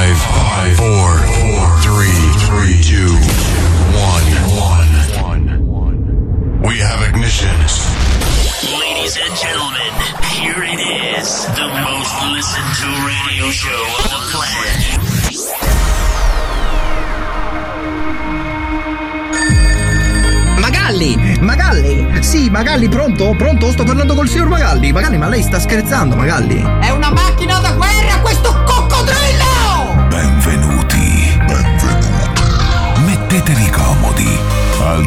Five, four, four, three, three, two, one, one. We have ignition. Ladies and gentlemen, here it is, the most listened to radio show on the planet. Magalli! Magalli! Sì, Magalli, pronto? Pronto? Sto parlando col signor Magalli. Magalli, ma lei sta scherzando, Magalli? È una macchina da guerra questo coccodrillo! Benvenuti. Benvenuti. Mettetevi comodi.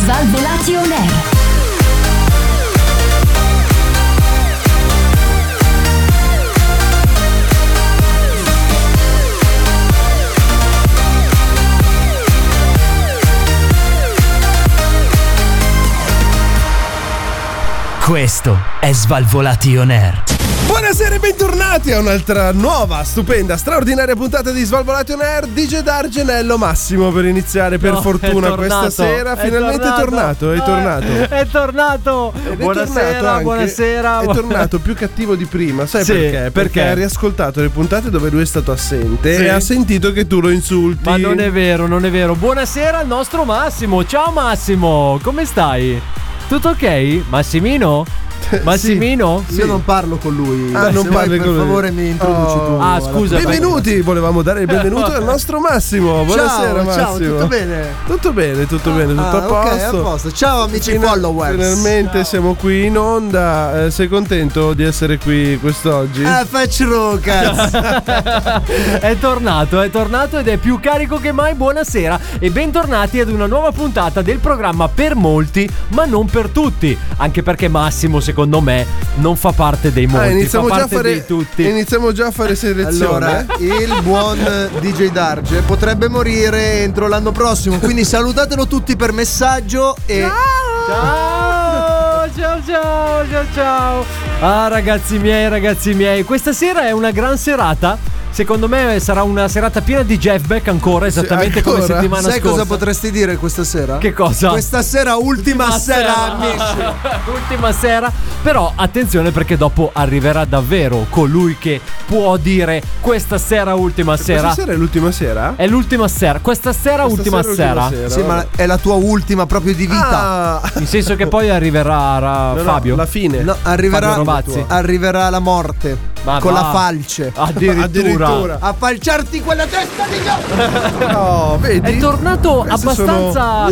Svalvolati on air. Questo è Svalvolati On Air. Buonasera e bentornati a un'altra nuova, stupenda, straordinaria puntata di Svalvolati On Air DJ D'Argenello Massimo per iniziare per No, fortuna è tornato, questa sera è Finalmente è tornato, è No, tornato È tornato. Ed è buonasera, tornato anche- buonasera. È tornato più cattivo di prima, sai Sì, perché? perché? perché? ha riascoltato le puntate dove lui è stato assente Sì. E ha sentito che tu lo insulti Ma non è vero, non è vero. Buonasera al nostro Massimo. Ciao Massimo, come stai? Tutto ok? Massimino? Massimino? Io non parlo con lui. Ah, Se non vuoi, parli per con lui. favore, mi introduci Oh. tu. Ah, scusa. Benvenuti, volevamo dare il benvenuto al nostro Massimo. Buonasera ciao, Massimo. Ciao, tutto bene? Tutto bene, tutto bene, tutto Ah, a ok, posto. a posto. Ciao amici Fina- followers. Finalmente siamo qui in onda. Eh, sei contento di essere qui quest'oggi? Ah, faccio cazzo. È tornato, è tornato ed è più carico che mai. Buonasera e bentornati ad una nuova puntata del programma per molti, ma non per tutti. Anche perché Massimo, secondo me, non fa parte dei molti, Ah, iniziamo, fa già a parte fare, dei tutti. iniziamo già a fare selezione. Allora, il buon DJ Darge potrebbe morire entro l'anno prossimo, quindi salutatelo tutti per messaggio e Ciao, ciao, ciao, ciao, ciao. Ah, ragazzi miei, ragazzi miei, questa sera è una gran serata. Secondo me sarà una serata piena di Jeff Beck ancora, esattamente come ancora? settimana sai scorsa. cosa potresti dire questa sera? Che cosa? Questa sera ultima, sera, amici. Ah, Ultima sera. Però attenzione perché dopo arriverà davvero colui che può dire questa sera ultima sera. Questa sera è l'ultima sera? È l'ultima sera. Questa sera Questa ultima sera è l'ultima sera. sera. Sì, ma è la tua ultima proprio di vita. Ah, In senso che poi arriverà ra- no, no, Fabio. la fine. No, arriverà, Fabio Rovazzi. arriverà la morte Ma con va. la falce. Addirittura. Addirittura. A falciarti quella testa di gatto. No, vedi? È tornato Queste abbastanza.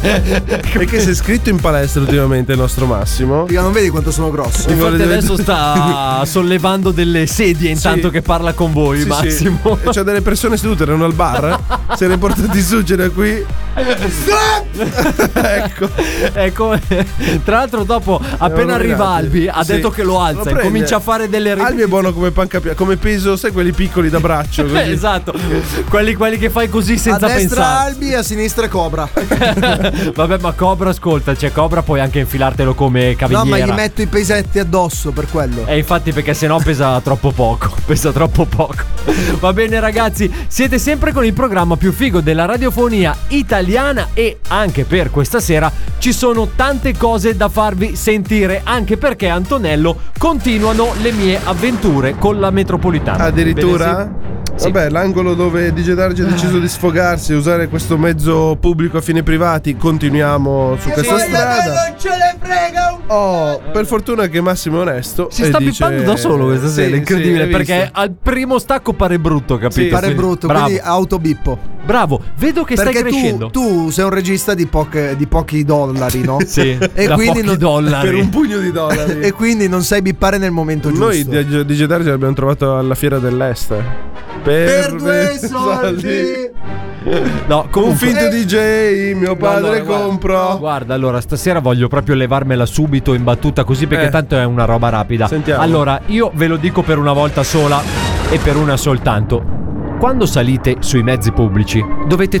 Perché sei iscritto in palestra ultimamente il nostro Massimo? Figa, non vedi quanto sono grosso? Ti vuole Infatti diventare- adesso sta sollevando delle sedie intanto che parla con voi, Sì, sì. Massimo. E C'è delle persone sedute, erano al bar. se le portati su, ce l'ha qui. ecco. Ecco, tra l'altro dopo appena arriva rovinati. Albi ha Sì. detto che lo Lo alza e prende. comincia a fare delle ri- Albi è buono come panca pia- come peso, sai quelli piccoli da braccio. così. Eh, Esatto, quelli, quelli che fai così A senza destra pensare. Albi, a sinistra Cobra. Vabbè, ma Cobra, ascolta, cioè Cobra puoi anche infilartelo come No, caviglia. ma gli metto i pesetti addosso per quello. E Eh, infatti perché sennò pesa troppo poco, pesa troppo poco. Va bene ragazzi, siete sempre con il programma più figo della radiofonia italiana e anche per questa sera ci sono tante cose da farvi sentire, anche perché Antonello continuano le mie avventure con la metropolitana. Addirittura? Sì. Vabbè, l'angolo dove DJ Darge ha deciso di sfogarsi e usare questo mezzo pubblico a fine privati, continuiamo su questa strada. ce le frega un Oh, per fortuna che Massimo è onesto. Si e sta dice- pippando da solo questa Sì, sera, sì, incredibile, hai visto? perché al primo stacco pare brutto, capito? Sì, Pare Quindi- brutto, bravo, quindi autobippo. bravo, vedo che stai Perché crescendo. tu, tu sei un regista di, poche- di pochi dollari, no? Sì, E da quindi pochi non- dollari. Per un pugno di dollari. E quindi non sai bippare nel momento giusto. Noi di- DJ Darge l'abbiamo trovato alla fiera dell'est. Per, per due soldi. No, Un comunque finto DJ, mio padre Eh. No, no, guarda- comprò. Guarda, allora stasera voglio proprio levarmela subito in battuta così perché Eh. tanto è una roba rapida. Sentiamo. Allora, io ve lo dico per una volta sola e per una soltanto. Quando salite sui mezzi pubblici dovete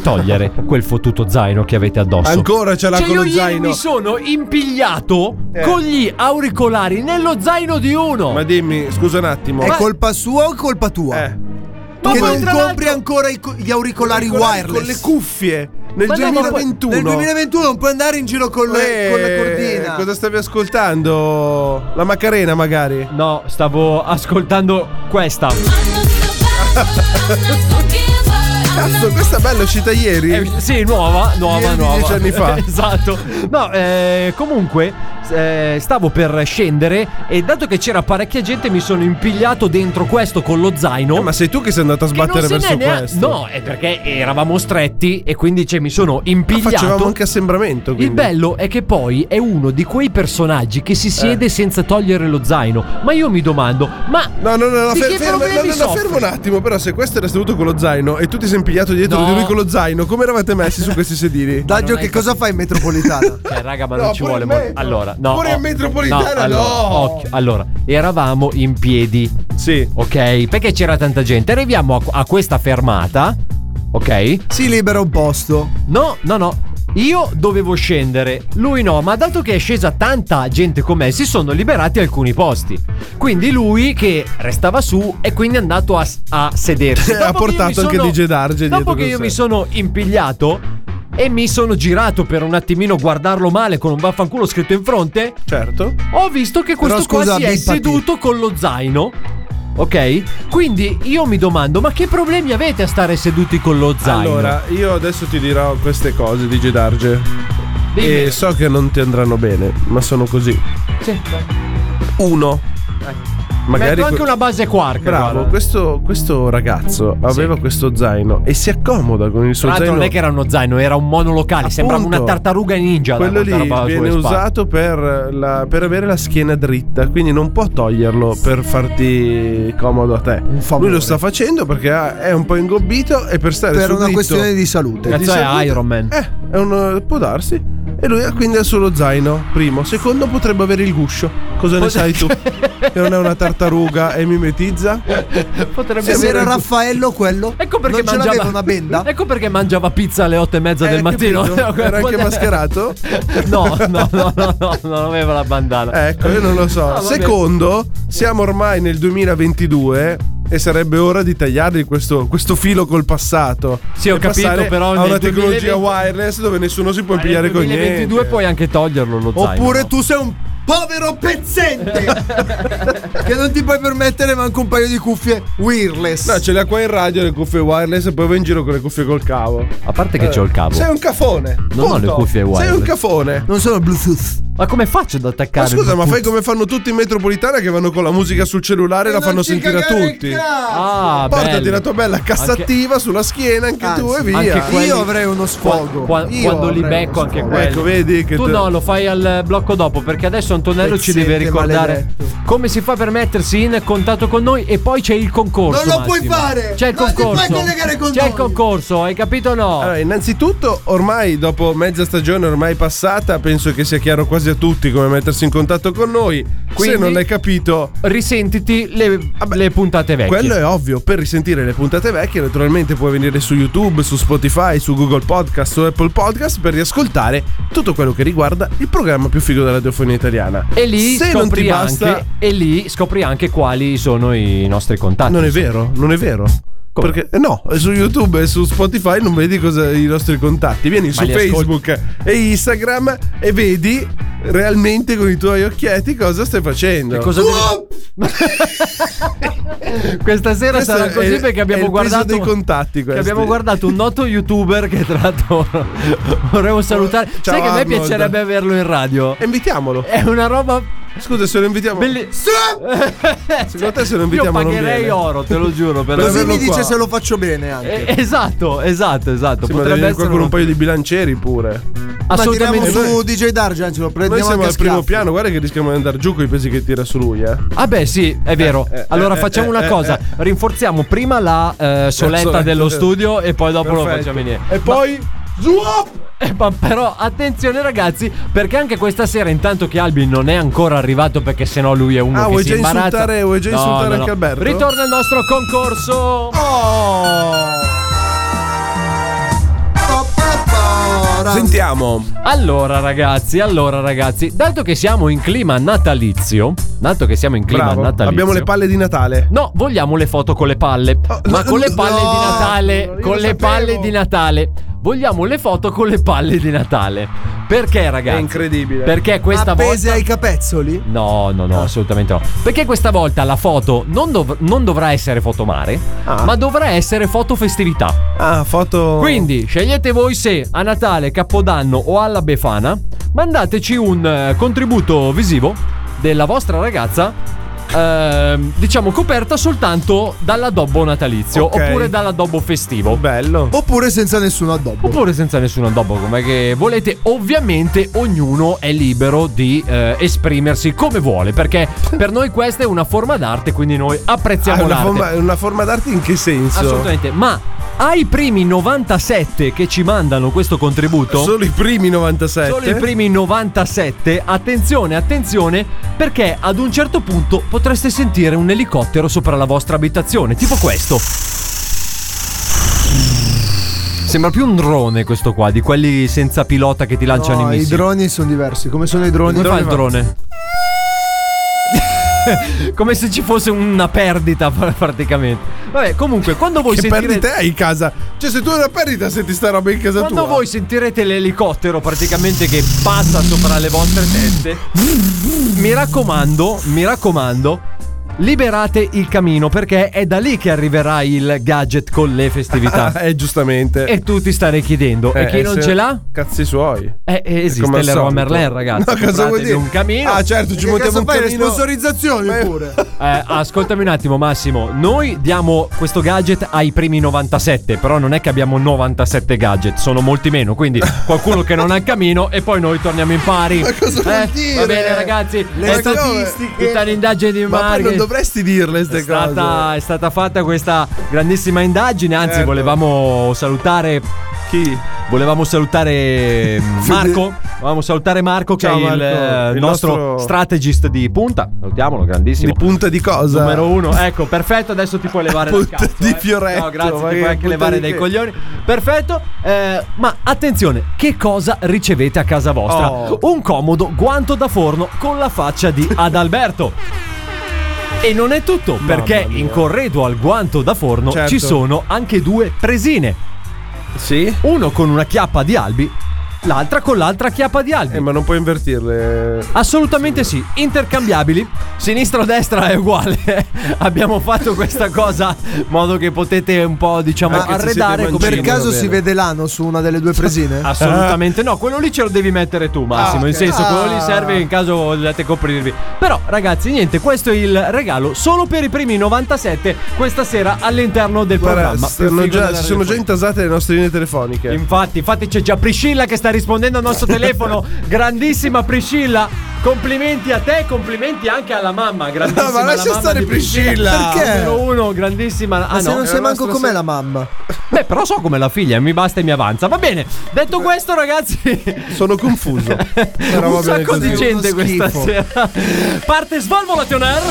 togliere quel fottuto zaino che avete addosso. Ancora ce l'ha Cioè con io lo ieri zaino. mi sono impigliato Eh. con gli auricolari nello zaino di uno. Ma dimmi, scusa un attimo. È colpa sua o colpa tua? Eh. Ma che poi, non tra compri l'altro- ancora i co- gli auricolari Con le wireless. cuffie. Nel Ma no, ma poi- 2021. Nel 2021 non puoi andare in giro con, le- con la Eh, cordina. Cosa stavi ascoltando? La Macarena magari? No, stavo ascoltando questa. Cazzo, questa bella è uscita ieri. Eh, sì, nuova, nuova, Ieri di nuova. dieci anni fa. esatto. No, eh, comunque eh, stavo per scendere e dato che c'era parecchia gente mi sono impigliato dentro questo con lo zaino. Eh, ma sei tu che sei andato a che non sbattere se n'è verso nea- questo? No, è perché eravamo stretti e quindi cioè, mi sono Ma impigliato. Ah, facevamo anche assembramento. Il Quindi. bello è che poi è uno di quei personaggi che si siede Eh. senza togliere lo zaino. Ma io mi domando, ma No, no, no, no, di fer- che ferma, no, problemi no, no, soffri? ferma un attimo. Però, se questo era seduto con lo zaino e tu ti sei impigliato dietro No. di lui con lo zaino, come eravate messi su questi sedili? Ma Daggio, non hai che cosa fai in metropolitana? Cioè, raga, ma No, non ci pure vuole in molto. metro. Allora, no. oh, Pure in metropolitana, allora, no. Occhio. Allora, eravamo in piedi, Sì. ok? Perché c'era tanta gente. Arriviamo a, a questa fermata, ok? si libera un posto. No, no, no. Io dovevo scendere, lui no, ma dato che è scesa tanta gente con me, si sono liberati alcuni posti. Quindi lui che restava su è quindi andato a, a sedersi. Ha Dopo che io portato mi sono- anche DJ Darge dietro Dopo che con io sé. mi sono impigliato e mi sono girato per un attimino guardarlo male con un vaffanculo scritto in fronte, Certo. ho visto che questo scusa, qua si è bippati. seduto con lo zaino. Ok? Quindi io mi domando, ma che problemi avete a stare seduti con lo zaino? Allora, io adesso ti dirò queste cose, DJ Darge. Dimmi. E eh, so che non ti andranno bene, ma sono così. Sì. Eh. Uno. Magari Metto anche que- una base quark. Bravo, guarda. questo, questo ragazzo aveva questo zaino e si accomoda con il suo Tra l'altro zaino. non è che era uno zaino, era un monolocale, sembrava Appunto. una tartaruga ninja. da Quello quanta lì roba alle viene tue spalle. usato per, la- per avere la schiena dritta, quindi non può toglierlo per farti comodo a te. favore. Lui lo sta facendo perché ha- è un po' ingobbito e per stare Per sul una dritto- questione di salute. Cazzo, Cioè, è salute- Iron Man. Eh, è un- può darsi. E lui ha quindi ha solo zaino, primo. Secondo potrebbe avere il guscio. Cosa ne Pot- sai tu? che non è una tartaruga e mimetizza? eh, Potrebbe Se essere- era Raffaello quello, Ecco perché non ce mangiava l'aveva una benda. Ecco perché mangiava pizza alle otto e mezza Eh, del mattino. Ecco, capito? Era anche mascherato? No, no, no, no, no, non aveva la bandana. Ecco, io non lo so. Ah, vabbè. Secondo, siamo ormai nel 2022 e sarebbe ora di tagliargli questo, questo filo col passato. Sì, ho e capito, passare però A nel una tecnologia 2020 wireless dove nessuno si può Ma impigliare Ah, nel con 2022 niente. puoi anche toglierlo lo zaino. Oppure no? tu sei un povero pezzente che non ti puoi permettere manco un paio di cuffie wireless. No, ce l'ha qua in radio le cuffie wireless e poi va in giro con le cuffie col cavo. A parte che c'ho il cavo. Sei un cafone. Non ho le cuffie wireless. Sei un cafone. non sono Bluetooth. Ma come faccio ad Ma attaccare? scusa, il ma fai Bluetooth? come fanno tutti in metropolitana che vanno con la musica sul cellulare e la fanno sentire a tutti. Ah, Portati bello. la tua bella cassativa sulla schiena, anche tu e Anzi, via. anche quelli- Io avrei uno sfogo. Qua- qua- Io quando li avrei becco uno anche sfogo. quelli. Ecco, vedi che tu te- no, lo fai al blocco dopo perché adesso Antonello ci deve Pezzente ricordare maledetto. come si fa per mettersi in contatto con noi e poi c'è il concorso. Non lo puoi Massimo. fare! C'è il Non ti puoi concorso. collegare con c'è il noi! concorso, hai capito o no? Allora, innanzitutto, ormai dopo mezza stagione ormai passata, penso che sia chiaro quasi a tutti come mettersi in contatto con noi. Quindi? Se non l'hai capito, Risentiti le, Vabbè, le puntate vecchie. quello è ovvio. Per risentire le puntate vecchie, naturalmente puoi venire su YouTube, su Spotify, su Google Podcast o Apple Podcast per riascoltare tutto quello che riguarda il programma più figo della radiofonia italiana. E lì, se non ti scopri basta, anche, e lì scopri anche quali sono i nostri contatti. non è vero, non è vero. Ah, Come? Perché eh, no, su YouTube e su Spotify non vedi cosa, i nostri contatti. Vieni su li ascolti. Facebook e Instagram e vedi realmente con i tuoi occhietti cosa stai facendo. Cosa deve- Questa sera Questo sarà così è- perché abbiamo è il peso guardato dei contatti che questi. abbiamo guardato un noto youtuber che tra l'altro vorremmo salutare. Ciao, Sai che a me Arnold. piacerebbe averlo in radio. E invitiamolo. È una roba Scusa, se lo invitiamo. bellissima. Secondo te se lo cioè, Io invitiamo non pagherei viene? oro, te lo giuro, per Per Così averlo mi dice qua. se lo faccio bene anche. Eh, Esatto, esatto, esatto. Sì, ma devi Potrebbe venire essere qua con un una- paio di bilancieri pure. Ma tiriamo assolutamente. su DJ Darge, anzi, lo Noi prendiamo siamo anche al a primo schiaffi. piano, guarda che rischiamo di andare giù con i pesi che tira su lui, eh. Ah beh sì, è vero. eh, allora eh, facciamo eh, una eh, cosa, eh. rinforziamo prima la eh, soletta soletta. dello studio e poi dopo lo Perfetto. facciamo venire. E Ma- poi. Zuop! Eh, ma però attenzione ragazzi, perché anche questa sera, intanto che Albi non è ancora arrivato, perché sennò lui è uno Ah, che vuoi si già imbarazza. insultare- vuoi già No, insultare no, anche no. Alberto? Ritorna il nostro concorso. Sentiamo. Allora ragazzi, allora ragazzi, dato che siamo in clima natalizio, dato che siamo in clima Bravo. natalizio. Abbiamo le palle di Natale. No, vogliamo le foto con le palle. Ma no, con le palle no, di Natale, io lo con le sapevo. palle di Natale. Vogliamo le foto con le palle di Natale. Perché ragazzi? È incredibile. Perché questa Appese volta ai capezzoli? No, no, Ah. no, assolutamente no. Perché questa volta la foto non, dov- non dovrà essere foto mare, Ah. ma dovrà essere foto festività. Ah, foto. Quindi scegliete voi se a Natale, Capodanno o alla Befana mandateci un eh, contributo visivo della vostra ragazza. ehm, diciamo coperta soltanto dall'addobbo natalizio Ok. oppure dall'addobbo festivo. Bello. Oppure senza nessun addobbo. Oppure senza nessun addobbo, come che volete. Ovviamente ognuno è libero di eh, esprimersi come vuole, perché per noi questa è una forma d'arte, quindi noi apprezziamo Ah, una, l'arte. forma, una forma d'arte in che senso? Assolutamente, ma ai primi 97 che ci mandano questo contributo, Solo i primi 97. solo i primi 97, attenzione, attenzione, perché ad un certo punto potreste sentire un elicottero sopra la vostra abitazione, tipo questo. Sembra più un drone questo qua, di quelli senza pilota che ti lanciano i No, i missili. droni sono diversi. Come sono i droni? Come fa il drone? Come se ci fosse una perdita praticamente. Vabbè, comunque, quando voi Che sentirete perdi te in casa. Cioè, se tu hai una perdita, senti sta roba in casa Quando tua. voi sentirete l'elicottero praticamente che passa sopra le vostre teste, mi raccomando, mi raccomando, liberate il camino perché è da lì che arriverà il gadget con le Ah, festività. eh, giustamente. e tu ti starai chiedendo, e Eh, chi non se- ce l'à? Cazzi suoi. Eh, eh, Come esiste al l'eroe solito. Merlin, ragazzi. No, cosa vuol Compratevi dire? un camino. Ah, certo, ci montiamo Cazzo un fai le camino. sponsorizzazioni Ma- pure? Eh, ascoltami un attimo, Massimo. Noi diamo questo gadget ai primi 97, però non è che abbiamo 97 gadget, sono molti meno. Quindi qualcuno che non ha il camino e poi noi torniamo in pari. Ma cosa vuol dire? Va bene, ragazzi. Le è stata- statistiche. Tutta un'indagine di Ma poi non marketing. dovresti dirle È queste stata, è stata fatta questa grandissima indagine, anzi Certo. volevamo salutare cose. Chi? Volevamo salutare mm, Marco. Volevamo salutare Marco, che Ciao, è il, Marco, eh, il nostro, nostro- strategist di punta. Salutiamolo, grandissimo. Di punta di cosa? Numero uno, ecco, perfetto. Adesso ti puoi levare dal Punta cazzo. di eh. fioretto, No, grazie, ti ma puoi che anche punta levare di dai che? coglioni. Perfetto. eh, ma attenzione, che cosa ricevete a casa vostra? Oh. Un comodo guanto da forno con la faccia di Adalberto. E non è tutto, perché in corredo al guanto da forno Certo. ci sono anche due presine. Sì. Uno con una chiappa di albi, l'altra con l'altra chiappa di albi. Eh, ma non puoi invertirle. Assolutamente sì, intercambiabili. Sinistra o destra è uguale. Abbiamo fatto questa cosa in modo che potete un po', diciamo, Anche se arredare siete come Per Sì, caso va bene. si vede l'ano su una delle due presine? Assolutamente no, quello lì ce lo devi mettere tu, Massimo. Ah, in ok. senso, quello lì Ah. serve in caso vogliate coprirvi. Però, ragazzi, niente, questo è il regalo solo per i primi 97 questa sera all'interno del Guarda, programma. stanno Più figo già- della si sono radiofonia. già intasate le nostre linee telefoniche. Infatti, infatti c'è già Priscilla che sta rispondendo al nostro telefono. Grandissima Priscilla. Complimenti a te, complimenti anche alla mamma. Grandissima No, ma la lascia mamma stare di Priscilla. Perché? Numero uno, grandissima. Ah, Ma se no. non sai la manco nostra com'è se- la mamma. Beh, però so come la figlia, mi basta e mi avanza. Va bene. Detto questo, ragazzi. Sono confuso. Però va un bene sacco di così. gente Uno questa schifo. sera. Parte Svalvolation Air.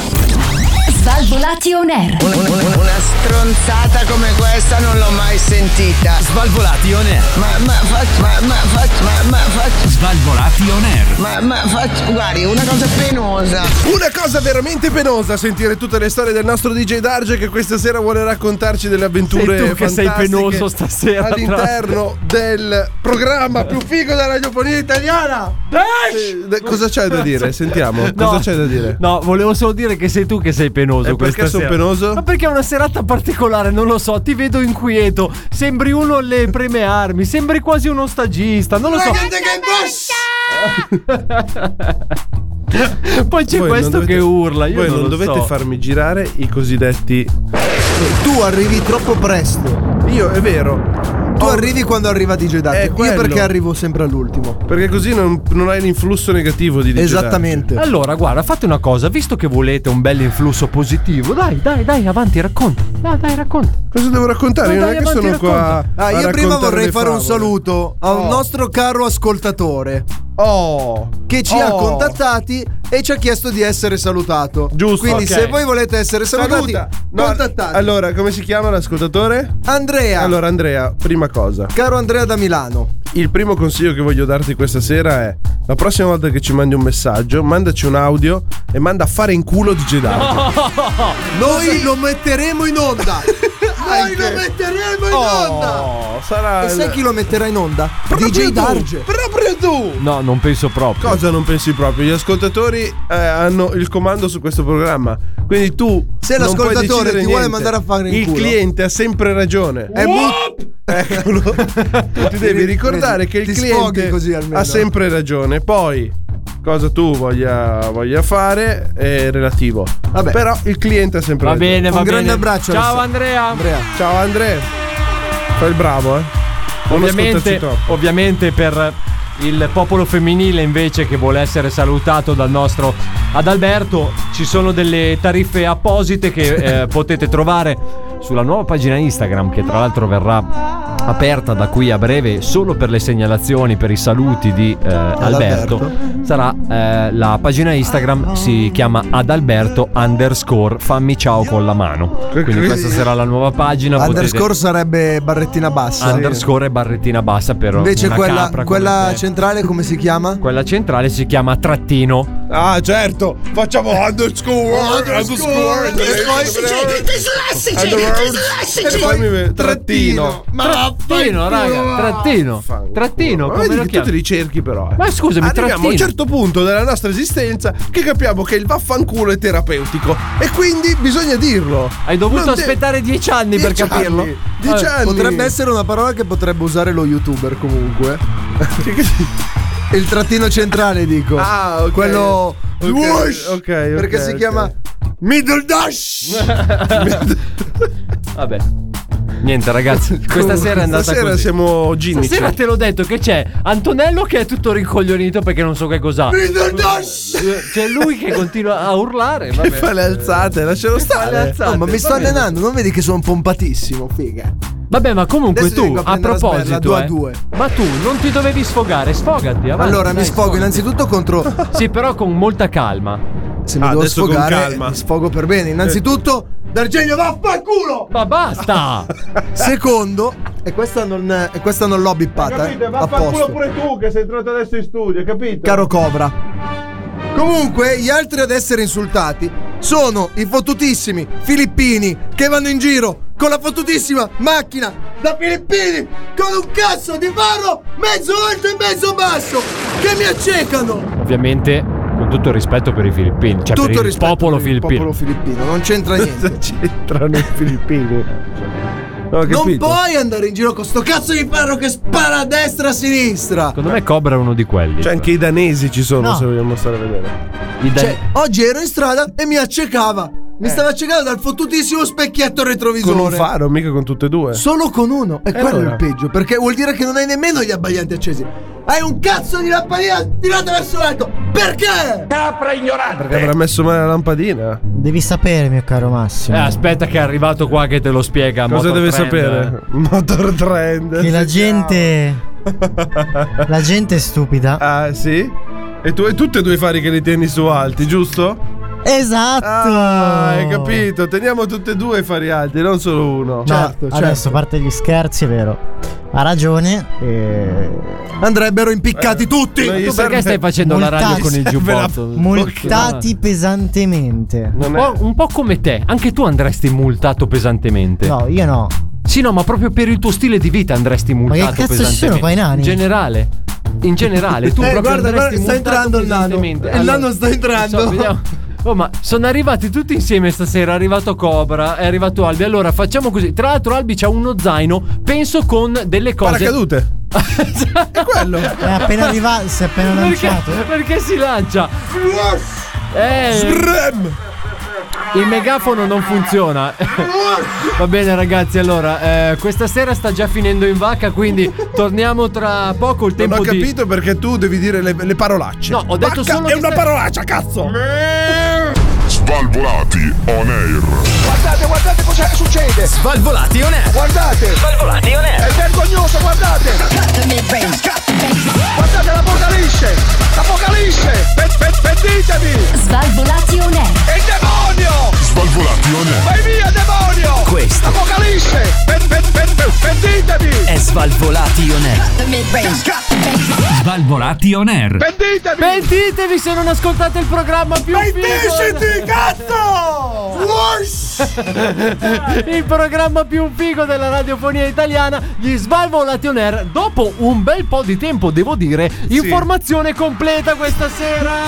Svalvolati on air. Una stronzata come questa non l'ho mai sentita. Svalvolati on air. Ma, ma, fac- ma, ma, fac- ma, ma, fac- Svalvolati on air. ma, ma, fac- guardi, una cosa penosa. Una cosa veramente penosa sentire tutte le storie del nostro DJ Darge che questa sera vuole raccontarci delle avventure Sei tu che sei fantastiche penoso stasera, tra all'interno del programma più figo della radiofonia italiana. Eh, de- Cosa c'è da dire? Sentiamo. Eh, Cosa c'è da dire? No, volevo solo dire che sei tu che sei penoso Eh, perché questa sono sera. penoso? Ma perché è una serata particolare, non lo so, ti vedo inquieto, sembri uno alle prime armi, sembri quasi uno stagista, non lo so. Poi c'è Voi non questo dovete- che urla, io Voi non, lo dovete so. farmi girare i cosiddetti. Tu arrivi troppo presto. Io è vero. Tu arrivi quando arriva DJ Oh. Eh, Dante. Io quello. perché arrivo sempre all'ultimo. Perché così non, non hai l'influsso negativo di DJ Darge. Esattamente. Allora, guarda, fate una cosa, visto che volete un bel influsso positivo, dai, dai, dai, avanti, racconta. No, dai, racconta. Cosa devo raccontare? No, Io non dai, è che avanti, sono qua. racconta. a Ah, io raccontare prima vorrei le fare un favole. saluto a un Oh. nostro caro ascoltatore. Oh, Che ci ha Oh. contattati e ci ha chiesto di essere salutato. Giusto, Quindi, ok. se voi volete essere salutati, Saluta. No, contattate. Allora, come si chiama l'ascoltatore? Andrea, Allora, Andrea, prima cosa. caro Andrea da Milano. Il primo consiglio che voglio darti questa sera è: la prossima volta che ci mandi un messaggio, mandaci un audio e manda a fare in culo di Gedardo. Noi lo metteremo in onda. Noi lo metteremo in onda. Oh, sarà. E sai chi lo metterà in onda? DJ tu. Darge. Proprio tu! No, non penso proprio. Cosa non pensi proprio? Gli ascoltatori eh, hanno il comando su questo programma. Quindi tu. Se non puoi l'ascoltatore decidere ti vuole niente. mandare a fare in il culo. cliente ha sempre ragione. È molto. Eccolo. tu devi ricordare che il Ti sfoghi cliente così almeno. ha sempre ragione. Poi, cosa tu voglia, voglia fare è relativo. Vabbè. Però il cliente ha sempre Va ragione. bene, va Un bene. grande abbraccio, Ciao Alessandro. Andrea. Andrea. Ciao Andrea. Fai il bravo, eh. Non ascoltarci Ovviamente, troppo. ovviamente per il popolo femminile invece che vuole essere salutato dal nostro Adalberto ci sono delle tariffe apposite che eh, potete trovare sulla nuova pagina Instagram che tra l'altro verrà aperta da qui a breve solo per le segnalazioni, per i saluti di eh, Alberto. Sarà eh, la pagina Instagram si chiama Adalberto underscore fammi ciao con la mano. Quindi questa sarà la nuova pagina. potete- Underscore sarebbe barrettina bassa. underscore e barrettina bassa per Invece una quella, capra, quella come te. centrale come si chiama? Quella centrale si chiama trattino Ah, certo. Facciamo underscore. Underscore. E poi mi ve- Trattino. trattino raga trattino trattino ah, Ma come vedi lo che chiami? tu ti ricerchi però eh. Ma scusami, Arriviamo a trattino. un certo punto della nostra esistenza Che capiamo che il vaffanculo è terapeutico E quindi bisogna dirlo hai dovuto Non te- aspettare dieci anni per Dieci capirlo anni, Dieci Vabbè. anni Potrebbe essere una parola che potrebbe usare lo youtuber comunque. Il trattino centrale dico. Ah, ok. Quello Ok, Whoosh! ok, ok, perché si ok. chiama Middle Dash. vabbè niente ragazzi questa sera è andata Stasera così siamo ginnici Stasera te l'ho detto che c'è Antonello che è tutto rincoglionito perché non so che cos'ha. Middle Dash. C'è lui che continua a urlare. Che Vabbè. fa le alzate, lascialo fa le stare alzate, No, ma mi sto va bene. allenando, non vedi che sono pompatissimo, figa. Vabbè, ma comunque Adesso tu, vengo a a prendere la sberla, proposito, due a eh, due. ma tu non ti dovevi sfogare, sfogati. Avanti, Allora, mi dai, sfogo sfogati. innanzitutto contro Sì, però con molta calma. se mi Ah, devo adesso con sfogare, calma. mi sfogo per bene. Innanzitutto D'Argenio vaffanculo! Ma basta! Secondo, e questa non, e questa non l'ho bippata. eh, apposta. tu che sei entrato adesso in studio, capito? caro Cobra. Comunque, gli altri ad essere insultati sono i fottutissimi filippini che vanno in giro con la fottutissima macchina da filippini con un cazzo di faro mezzo alto e mezzo basso che mi accecano. Ovviamente, con tutto il rispetto per i filippini, cioè Tutto per il rispetto popolo per il filippino. popolo filippino, non c'entra niente. C'entrano i filippini. Ho Non capito. puoi andare in giro con sto cazzo di ferro che spara a destra e a sinistra. Secondo me Cobra è uno di quelli. Cioè anche i danesi ci sono No. se vogliamo stare a vedere. I da- Cioè, oggi ero in strada e mi accecava. Mi stava accecando dal fottutissimo specchietto retrovisore. Con un faro, mica con tutte e due. Solo con uno. E quello è allora? il peggio, perché vuol dire che non hai nemmeno gli abbaglianti accesi. Hai un cazzo di lampadina tirata verso l'alto. Perché? Perché avrà messo male la lampadina? Devi sapere, mio caro Eh, Massimo, aspetta che è arrivato qua che te lo spiega. Cosa Motor deve Trend. sapere? Motor trend. che la gente. la gente è stupida. Ah, sì? E tu hai tutti e due i fari che li tieni su alti, giusto? Esatto! Ah, hai capito. Teniamo tutti e due i fari alti, non solo uno. No, Certo, Adesso a parte gli scherzi, è vero. Ha ragione. E... Andrebbero impiccati tutti. noi- Cioè, Tu perché serve- stai facendo la radio con il Multati. giubbotto? Multati pesantemente. Non Un è- po', un po' come te, anche tu andresti multato pesantemente. No, io no. Sì, no, ma proprio per il tuo stile di vita andresti multato cazzo ci pesantemente. sono qua i nani? In generale. In generale, tu Eh, proprio guarda, andresti guarda, sta multato entrando il nano. pesantemente. Il nano sta entrando. non so, vediamo. Oh, ma sono arrivati tutti insieme stasera. È arrivato Cobra, è arrivato Albi. Allora facciamo così. Tra l'altro, Albi c'ha uno zaino, penso con delle cose. Paracadute. È quello. È appena arrivato, si è appena Perché, lanciato. eh? perché si lancia? Eh, il megafono non funziona. Va bene ragazzi, allora, eh, questa sera sta già finendo in vacca, quindi torniamo tra poco il Non tempo ho di... capito perché tu devi dire le, le parolacce. No, ho detto Vacca solo È che una stai- parolaccia, cazzo! Svalvolati on air. Guardate, guardate cosa è successo! succede? Svalvolati on air. Guardate! Svalvolati on air. È vergognoso, guardate! Guardate l'apocalisse! L'apocalisse! Pe- pe- Pentitevi! Svalvolati on air. È il demonio! Svalvolati on air. Vai via, demonio! Questo. L'apocalisse! Pe- pe- pe- pe- Pentitevi! È Svalvolati on air. Svalvolati on air. Pentitevi! Pentitevi se non ascoltate il programma più Pentisciti, figo. cazzo! il programma più figo della radiofonia italiana, gli Svalvolati on air. Dopo un bel po' di tempo, devo dire, informazione completa questa sera.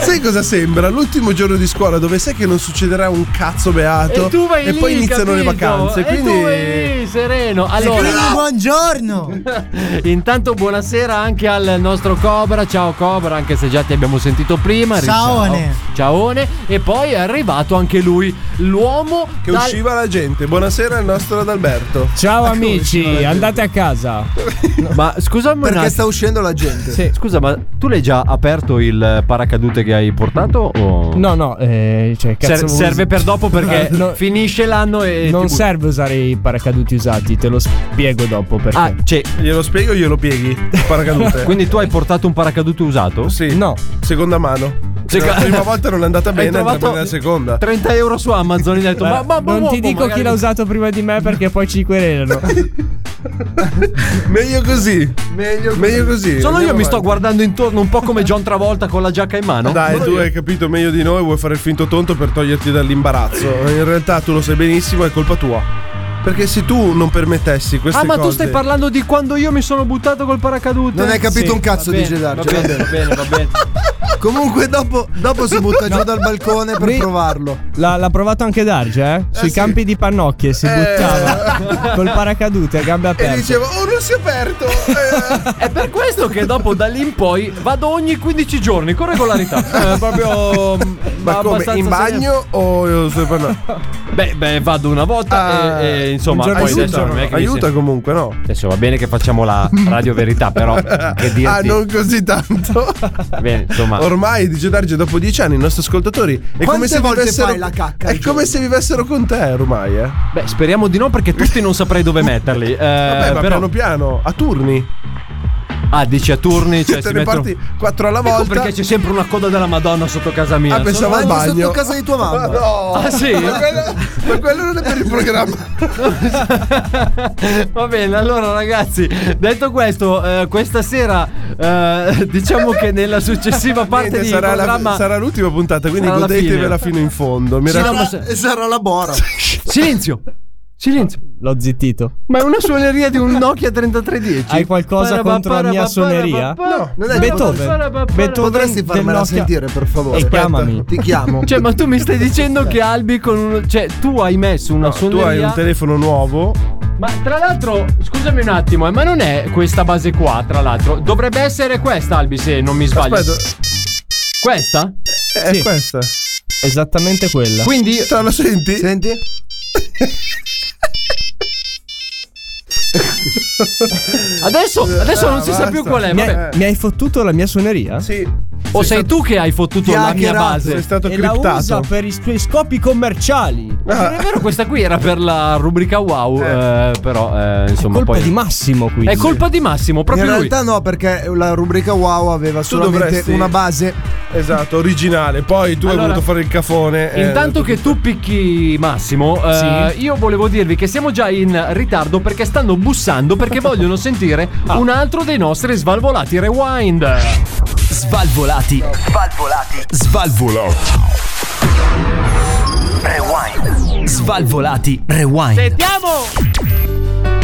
Sai cosa sembra? L'ultimo giorno di scuola dove sai che non succederà un cazzo beato E tu vai lì, Esatto. poi iniziano le capito? vacanze. E quindi tu vai lì, sereno. Allora, Quindi buongiorno! Intanto buonasera anche al nostro Cobra. Ciao Cobra, anche se già ti abbiamo sentito prima. Ri- Ciaone. Ciao. Ciaone. E poi è arrivato anche lui, l'uomo che dal- Ecco, usciva la gente. Buonasera al nostro Adalberto. Ciao usciva la amici, gente? andate a casa. Ma scusami un Perché attimo. sta uscendo la gente? Sì, Scusa, ma tu l'hai già aperto il paracadute che hai portato? O... No, no, eh, cioè, Ser- cazzo, serve per dopo perché No, no. finisce l'anno e. Non ti butti. serve usare i paracaduti usati, te lo spiego dopo perché. Ah, cioè, Glielo spiego o glielo pieghi? Il Paracadute. quindi tu hai portato un paracadute usato? Eh. sì. No. Seconda mano. Sì, la ca- prima volta non è andata Hai bene, è andata trovato- bene la seconda. 30 euro su Amazon. Gli hai Eh, detto, ma, ma, ma non uomo, ti dico magari- chi l'ha usato prima di me perché poi ci querelano. Meglio così. Meglio così. Solo io Andiamo mi sto avanti. guardando intorno un po' come John Travolta con la giacca in mano. Dai, Solo tu io. hai capito meglio di noi, vuoi fare il finto tonto per toglierti dall'imbarazzo. In realtà tu lo sai benissimo, è colpa tua. Perché se tu non permettessi queste Ah, cose ma tu stai parlando di quando io mi sono buttato col paracadute? Non hai capito Sì, un cazzo va di bene, Gedarge, Va va bene, va bene, va bene. Comunque dopo, dopo si butta giù dal balcone per Mi- provarlo. L'ha, l'ha provato anche Darge, eh? Sui sì. campi di pannocchie si Eh. buttava col paracadute a gambe E aperte. dicevo, oh, non si è aperto. Eh, È per questo che dopo da lì in poi vado ogni 15 giorni con regolarità. Eh, proprio. mm, ma come? abbastanza In bagno o stai parlando? seria. Beh, beh, vado una volta Ah, e, e, Eh, insomma, un giorno poi sì, adesso un non è che mi Aiuta sento- comunque, no? Adesso va bene che facciamo la radio verità, però che dirti. Ah, non così tanto. Va bene, insomma. Ormai, dice Darge, dopo dieci anni i nostri ascoltatori è come se volte vivessero fai la cacca È al come se vivessero con te ormai, eh. Beh, speriamo di no perché tutti non saprei dove metterli. Eh, Vabbè, ma però piano piano, a turni. ah, dici a turni, cioè te si ne mettono parti quattro alla Ecco volta. perché c'è sempre una coda della Madonna sotto casa mia. Ah, pensavo al Sono- bagno. Sotto casa di tua mamma. No. Ah, sì? Ma quello, ma quello non è per il programma. Va bene, allora ragazzi, detto questo, eh, questa sera eh, diciamo che nella successiva parte Niente, di sarà, la- programma sarà l'ultima puntata, quindi Sarà la godetevela fine. fino in fondo. Mi Sì, no, raccomando. ma se- E sarà la Bora. Silenzio. Silenzio. L'ho zittito. Ma è una suoneria di un Nokia 3310. Hai qualcosa contro la mia suoneria? No, non è- Beethoven. Beethoven Potresti del farmela Nokia. sentire, per favore? E chiamami. Ti chiamo. Cioè, ma tu mi stai dicendo che Albi con un... Cioè, tu hai messo una Tu suoneria... hai un telefono nuovo. Ma tra l'altro, scusami un attimo, eh, ma non è questa base qua, tra l'altro. Dovrebbe essere questa, Albi, se non mi sbaglio. Aspetta, eh, Questa? è Sì. questa. Esattamente quella. Quindi Tra lo senti? Senti? adesso, adesso non si sa Ah, basta. più qual è. Mi Vabbè. hai, mi hai fottuto la mia suoneria? Sì. O sei tu che hai fottuto Ti ha la mia hackerato, Sei base? stato E la usa criptato. per i suoi scopi commerciali. Non è vero, questa qui era per la rubrica wow. eh, però, eh, insomma, Colpa poi. di Massimo qui. è colpa di Massimo, In proprio lui. realtà no, perché la rubrica wow aveva solamente dovresti- una base. Esatto, originale. Poi tu Allora, hai voluto fare il cafone. eh, Intanto che tu picchi Massimo, eh, io volevo dirvi che siamo già in ritardo perché stanno bussando perché vogliono sentire Ah. un altro dei nostri svalvolati rewind. Svalvolati. Svalvolati. Svalvolati. Rewind. Svalvolati. Rewind. Sentiamo!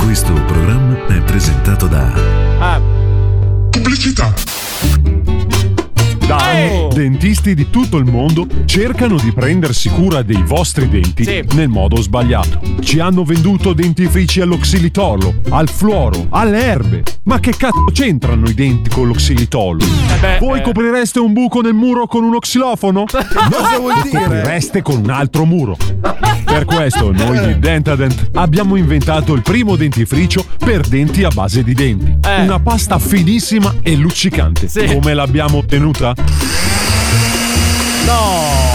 Questo programma è presentato da Ah, Pubblicità. dai! Dentisti di tutto il mondo cercano di prendersi cura dei vostri denti Sì. nel modo sbagliato. Ci hanno venduto dentifrici all'oxilitolo, al fluoro, alle erbe. Ma che cazzo c'entrano i denti con l'oxilitolo? beh, Voi eh. coprireste un buco nel muro con un oxilofono? Cosa vuol Lo dire? coprireste con un altro muro. Per questo noi di Dentadent abbiamo inventato il primo dentifricio per denti a base di denti. Eh. Una pasta finissima e luccicante. Sì. Come l'abbiamo ottenuta? No!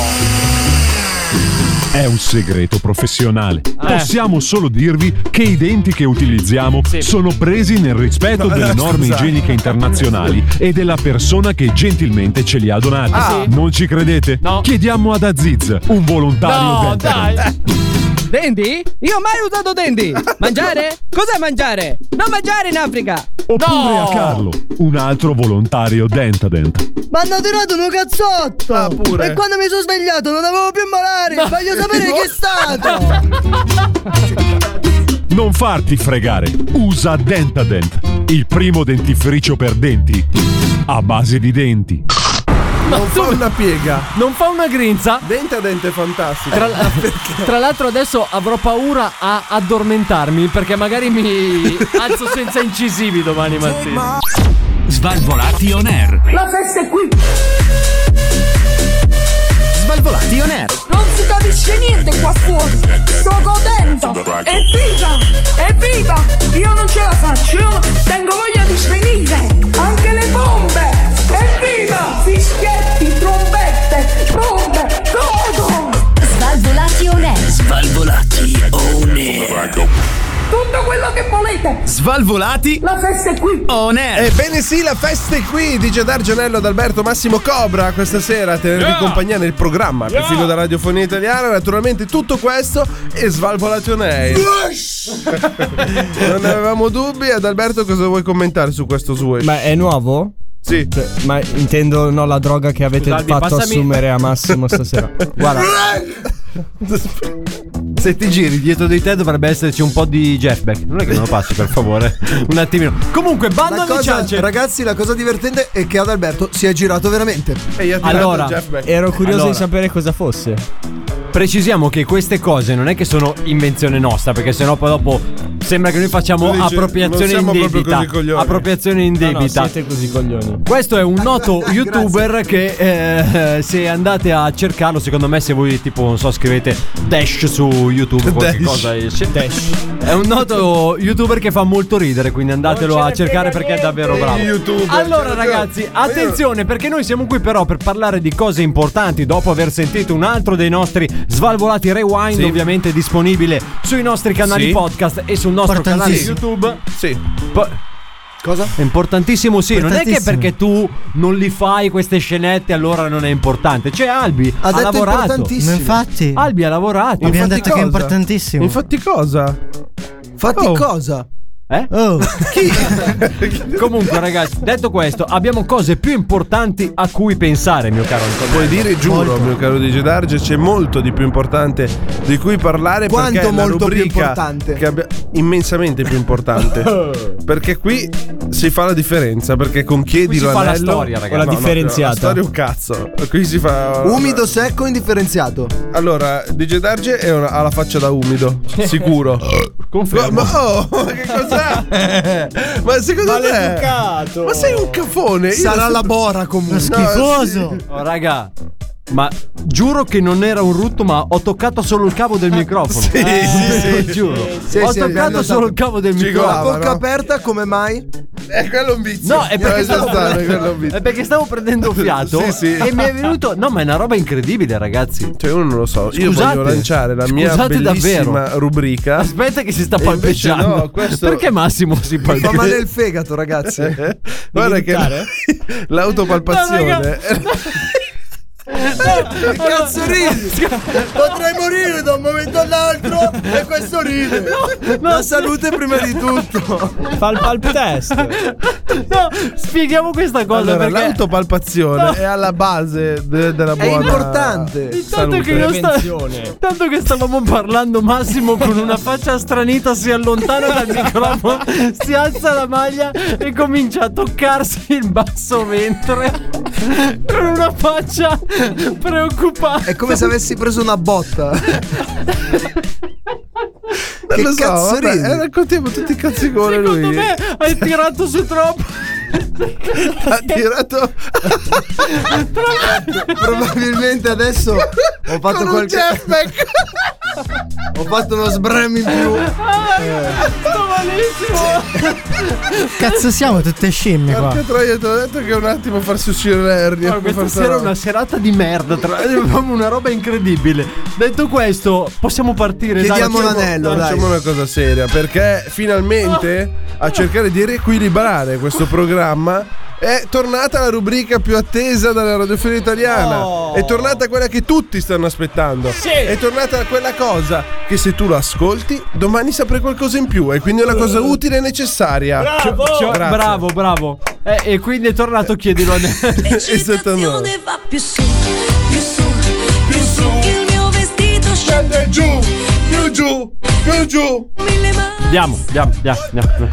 È un segreto professionale. Possiamo solo dirvi che i denti che utilizziamo sono presi nel rispetto No, delle eh, norme scusa. igieniche internazionali e della persona che gentilmente ce li ha donati. Ah, sì? Non ci credete? Chiediamo ad Aziz, un volontario No, veteran. dai. Dandy? Io ho mai usato Dandy. Mangiare? Cos'è mangiare? Non mangiare in Africa. Oppure a Carlo, un altro volontario Dentadent. Mi hanno tirato uno cazzotto! pure. E quando mi sono svegliato non avevo più malare! No. Voglio sapere No. chi è stato! Non farti fregare, usa Dentadent, il primo dentifricio per denti. A base di denti. non fa una piega. Non fa una grinza. Dente a dente fantastico. Tra, tra l'altro adesso avrò paura a addormentarmi perché magari mi alzo senza incisivi domani mattina. Svalvolati on air. La festa è qui! Svalvolati on air. Non si capisce niente qua fuori! Sto godendo! Evviva! Evviva! Io non ce la faccio! Io tengo voglia di svenire! Anche le bombe! Evviva! Fischietti, trombette, bombe, godo! Svalvolati on air. Svalvolati on air. Tutto quello che volete! Svalvolati. La festa è qui! On air. Ebbene sì, la festa è qui, dice D'Argenello ad Alberto Massimo Cobra questa sera a tenervi Yeah. compagnia nel programma Yeah. yeah. Perfino da Radiofonia Italiana, naturalmente tutto questo e Svalvolazione Non avevamo dubbi, ad Alberto cosa vuoi commentare su questo swish? Ma è nuovo? Sì. cioè, ma intendo no, la droga che avete Scusami, fatto passami- assumere a Massimo stasera. Guarda. Se ti giri dietro di te dovrebbe esserci un po' di jetback. Non è che me lo passi, per favore. Un attimino. Comunque, bando La alle cosa, ciance. ragazzi, la cosa divertente è che Adalberto si è girato veramente. E io Allora, eh, ero curioso Allora. di sapere cosa fosse. Precisiamo che queste cose non è che sono invenzione nostra, perché sennò poi dopo sembra che noi facciamo Tu dici, appropriazione non siamo in proprio debita. così coglioni. Appropriazione in No, no, debita. siete così coglioni. Questo è un noto youtuber che eh, se andate a cercarlo, secondo me se voi tipo, non so, scrivete Dash su YouTube qualche Dash. cosa esce. Dash. È un noto youtuber che fa molto ridere, quindi andatelo a cercare perché è davvero bravo. Allora cioè, ragazzi, attenzione perché noi siamo qui però per parlare di cose importanti dopo aver sentito un altro dei nostri svalvolati rewind, Sì. ovviamente disponibile sui nostri canali Sì. podcast e sul nostro canale YouTube. Sì. Cosa? È importantissimo, sì. Non è che Importantissimo. perché tu non li fai queste scenette, allora non è importante. Cioè, Albi ha, detto lavorato. importantissimo. Ma Ah, infatti. Albi ha lavorato. Abbiamo Infatti detto che è cosa? importantissimo. Infatti, cosa? Infatti, oh. cosa? Eh? Comunque, ragazzi, detto questo, abbiamo cose più importanti a cui pensare, mio caro Antonio. Puoi dire, giuro, mio caro DJ Darge, c'è molto di più importante di cui parlare. Quanto perché è la molto più rubrica importante? Che abbia- immensamente più importante. perché qui si fa la differenza. Perché con Qui chiedi si fa la l'anello storia, ragazzi. No, Quella no, differenziata. la storia è un cazzo. Qui si fa. Umido, secco, indifferenziato. Allora, DJ Darge è una- ha la faccia da umido, sicuro. Confermo. Ma, ma- oh, ma che cos'è? ma secondo te? Maleducato. Ma sei un cafone. Io Sarà sempre- la bora comunque. No, sì. Oh, raga. Ma giuro che non era un rutto, ma ho toccato solo il cavo del microfono. Sì, Eh, sì, ve lo sì. giuro. Sì, ho sì, abbiamo toccato notato. solo il cavo del Ci microfono. La bocca aperta, come mai? Eh, quello è un vizio. No, è perché, stavo Eh, Lascia stare, quello è un prendendo, vizio. è perché stavo prendendo fiato Sì, sì. e mi è venuto. No, ma è una roba incredibile, ragazzi. Cioè, uno non lo so. Io Scusate. voglio lanciare la mia Scusate bellissima davvero. rubrica. Aspetta, che si sta E invece palpeggiando. no, questo- Perché Massimo si Mi fa male palpeggia? il fegato, ragazzi. Guarda che buttare? l'autopalpazione. No, Che cazzo ridi? Potrei morire da un momento all'altro e questo ride. La salute prima di tutto. Fa il palp test. No, spieghiamo questa cosa allora, perché. l'autopalpazione No. è alla base de- della È buona importante. Tanto salute. che, io sta- tanto che stavamo parlando Massimo con una faccia stranita si allontana dal microfono, si alza la maglia e comincia a toccarsi il basso ventre con una faccia preoccupata. È come se avessi preso una botta. Non che lo so, cazzo vabbè, ridi? eh, raccontiamo tutti i cazzi con lui. Secondo me hai tirato su troppo. Ha tirato Probabilmente adesso ho fatto con un qualche. jetpack. Ho fatto uno sbram in più. Sto malissimo. Cazzo siamo tutte scimmie Porca qua. troia, te l'ho detto che è un attimo farsi uscire l'ernia. Guarda, questa sera è una serata di merda, tra... è proprio una roba incredibile. Detto questo, possiamo partire. dai, Oh. Facciamo- Facciamo una cosa seria, perché finalmente a cercare di riequilibrare questo programma è tornata la rubrica più attesa dalla radiofonia italiana. Oh. È tornata quella che tutti stanno aspettando. È tornata quella cosa che se tu lo ascolti, domani saprai qualcosa in più e quindi è una cosa utile e necessaria. Eh. Bravo! Ci- ci- Grazie. bravo, bravo. Eh, e quindi è tornato, chiedilo a me. Esattamente. va più su, più su, più su. Il mio vestito scende giù, più giù, più giù. Mille mani. Andiamo, andiamo, andiamo. andiamo.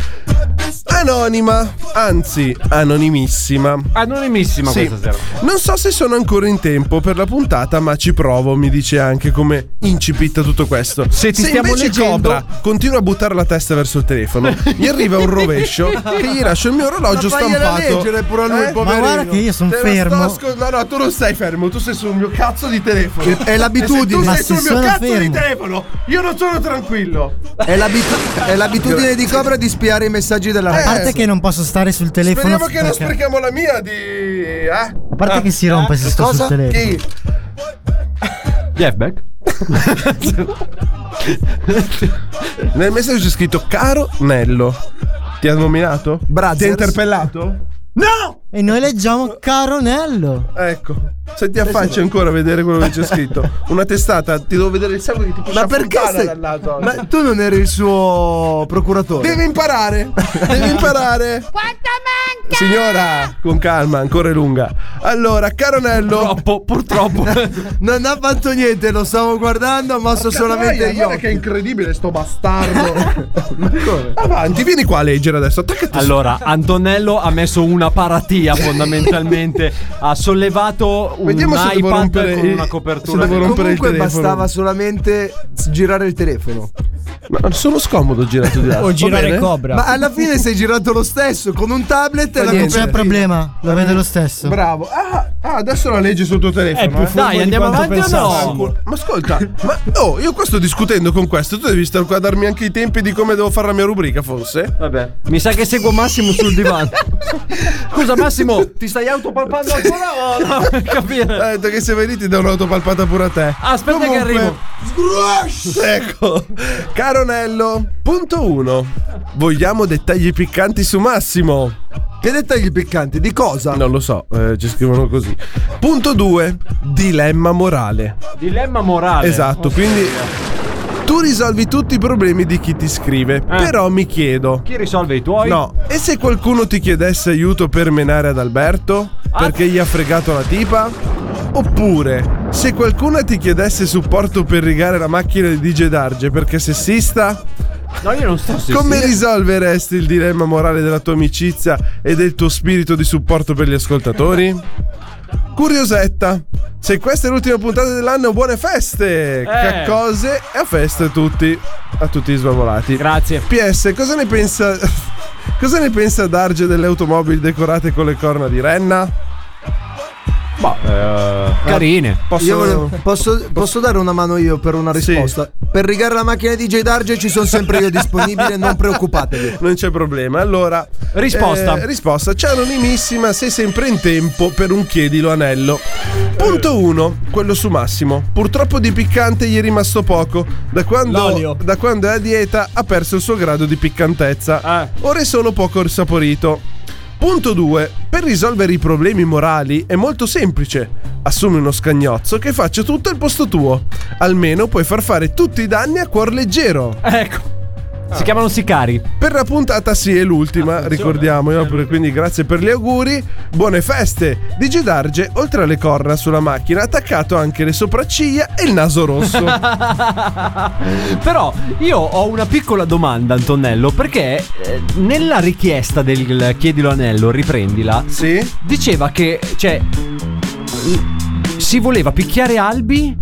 Anonima, anzi anonimissima. Anonimissima Sì. Eh, questa sera. Non so se sono ancora in tempo per la puntata, ma ci provo. Mi dice anche come incipitta tutto questo. Se ti stiamo invece leggendo- Cobra continua a buttare la testa verso il telefono, gli arriva un rovescio che gli lascia il mio orologio Ma fagliela stampato. leggere pure a lui, Eh? poverino. Ma guarda che io son Te lo fermo. sto ascol- no, no, tu non stai fermo, tu sei sul mio cazzo di telefono. È l'abitudine. E Ma se tu sei se sul mio sono cazzo di fermo. telefono, io non sono tranquillo. È, l'abitu- è l'abitudine di Cobra di spiare i messaggi della A ragazza. parte che non posso stare sul telefono. Speriamo che non cioè. perché- sprechiamo la mia di. eh? A parte che si rompe se sto Cosa? sul telefono. Chi? Jeff Beck? Nel messaggio c'è scritto Caro Nello. Ti ha nominato? Ti ha interpellato? No! E noi leggiamo Caronello. Ecco. Se ti affacci ancora a vedere quello che c'è scritto. Una testata, ti devo vedere il sangue che ti Ma può perché stai- Ma tu non eri il suo procuratore. Devi imparare! Devi imparare! Quanto Signora, con calma, ancora è lunga. Allora, caro Nello. Purtroppo, purtroppo. non ha fatto niente, lo stavo guardando, ha mosso solamente io. Guarda che è incredibile sto bastardo. Avanti, vieni qua a leggere adesso. Attaccati su- Allora, Antonello ha messo una paratia fondamentalmente. ha sollevato un Vediamo se devo iPad rompere con il- una copertura. Ma di- comunque bastava solamente s- girare il telefono. Ma sono scomodo girato di là. Va bene? Ma alla fine sei girato lo stesso con un tablet e la Non c'è copertina. problema, lo vedo lo stesso. Bravo. Ah, ah, adesso la leggi sul tuo telefono. È più eh? furbo Dai, di andiamo quanto avanti o pensassi. no? Ma ascolta, ma oh, io qua sto discutendo con questo. Tu devi stare qua a darmi anche i tempi di come devo fare la mia rubrica, forse? Vabbè. Mi sa che seguo Massimo sul divano. Scusa, Massimo, ti stai autopalpando ancora? o no? Per capire. Ha detto che se vai lì ti do un'autopalpata pure a te. Aspetta che arrivo. Ecco, Caronello, punto 1. Vogliamo dettagli piccanti su Massimo. Che dettagli piccanti? Di cosa? Non lo so, eh, ci scrivono così. Punto 2. Dilemma morale. Dilemma morale. Esatto, Ok. quindi tu risolvi tutti i problemi di chi ti Eh. scrive. Però mi chiedo. Chi risolve i tuoi? No, e se qualcuno ti chiedesse aiuto per menare ad Alberto? Perché gli ha fregato la tipa? Oppure, se qualcuno ti chiedesse supporto per rigare la macchina di DJ Darge perché sessista? No, io non sto Come risolveresti il dilemma morale della tua amicizia e del tuo spirito di supporto per gli ascoltatori? Curiosetta, se questa è l'ultima puntata dell'anno, buone feste! Caccose e a festa a tutti, a tutti i svavolati. Grazie. PS, cosa ne pensa. Cosa ne pensa Darge delle automobili decorate con le corna di renna? Eh. Carine. Posso- Io volevo- posso, posso dare una mano io per una risposta? Per rigare la macchina di DJ Darge ci sono sempre io disponibile, non preoccupatevi. Non c'è problema. Allora, Risposta. eh, risposta. C'è anonimissima, sei sempre in tempo per un chiedilo anello. Punto 1, quello su Massimo. Purtroppo di piccante gli è rimasto poco. Da quando, da quando è a dieta ha perso il suo grado di piccantezza. Ora è solo poco saporito. Punto 2. Per risolvere i problemi morali è molto semplice. Assumi uno scagnozzo che faccia tutto al posto tuo. Almeno puoi far fare tutti i danni a cuor leggero. Ecco. Si chiamano sicari. Per la puntata sì, è l'ultima, ricordiamo, io pure- quindi grazie per gli auguri, buone feste. Digi Darge, oltre alle corna sulla macchina, ha attaccato anche le sopracciglia e il naso rosso. Però io ho una piccola domanda, Antonello, perché eh, nella richiesta del chiedilo anello, riprendila, diceva che, cioè, l- si voleva picchiare Albi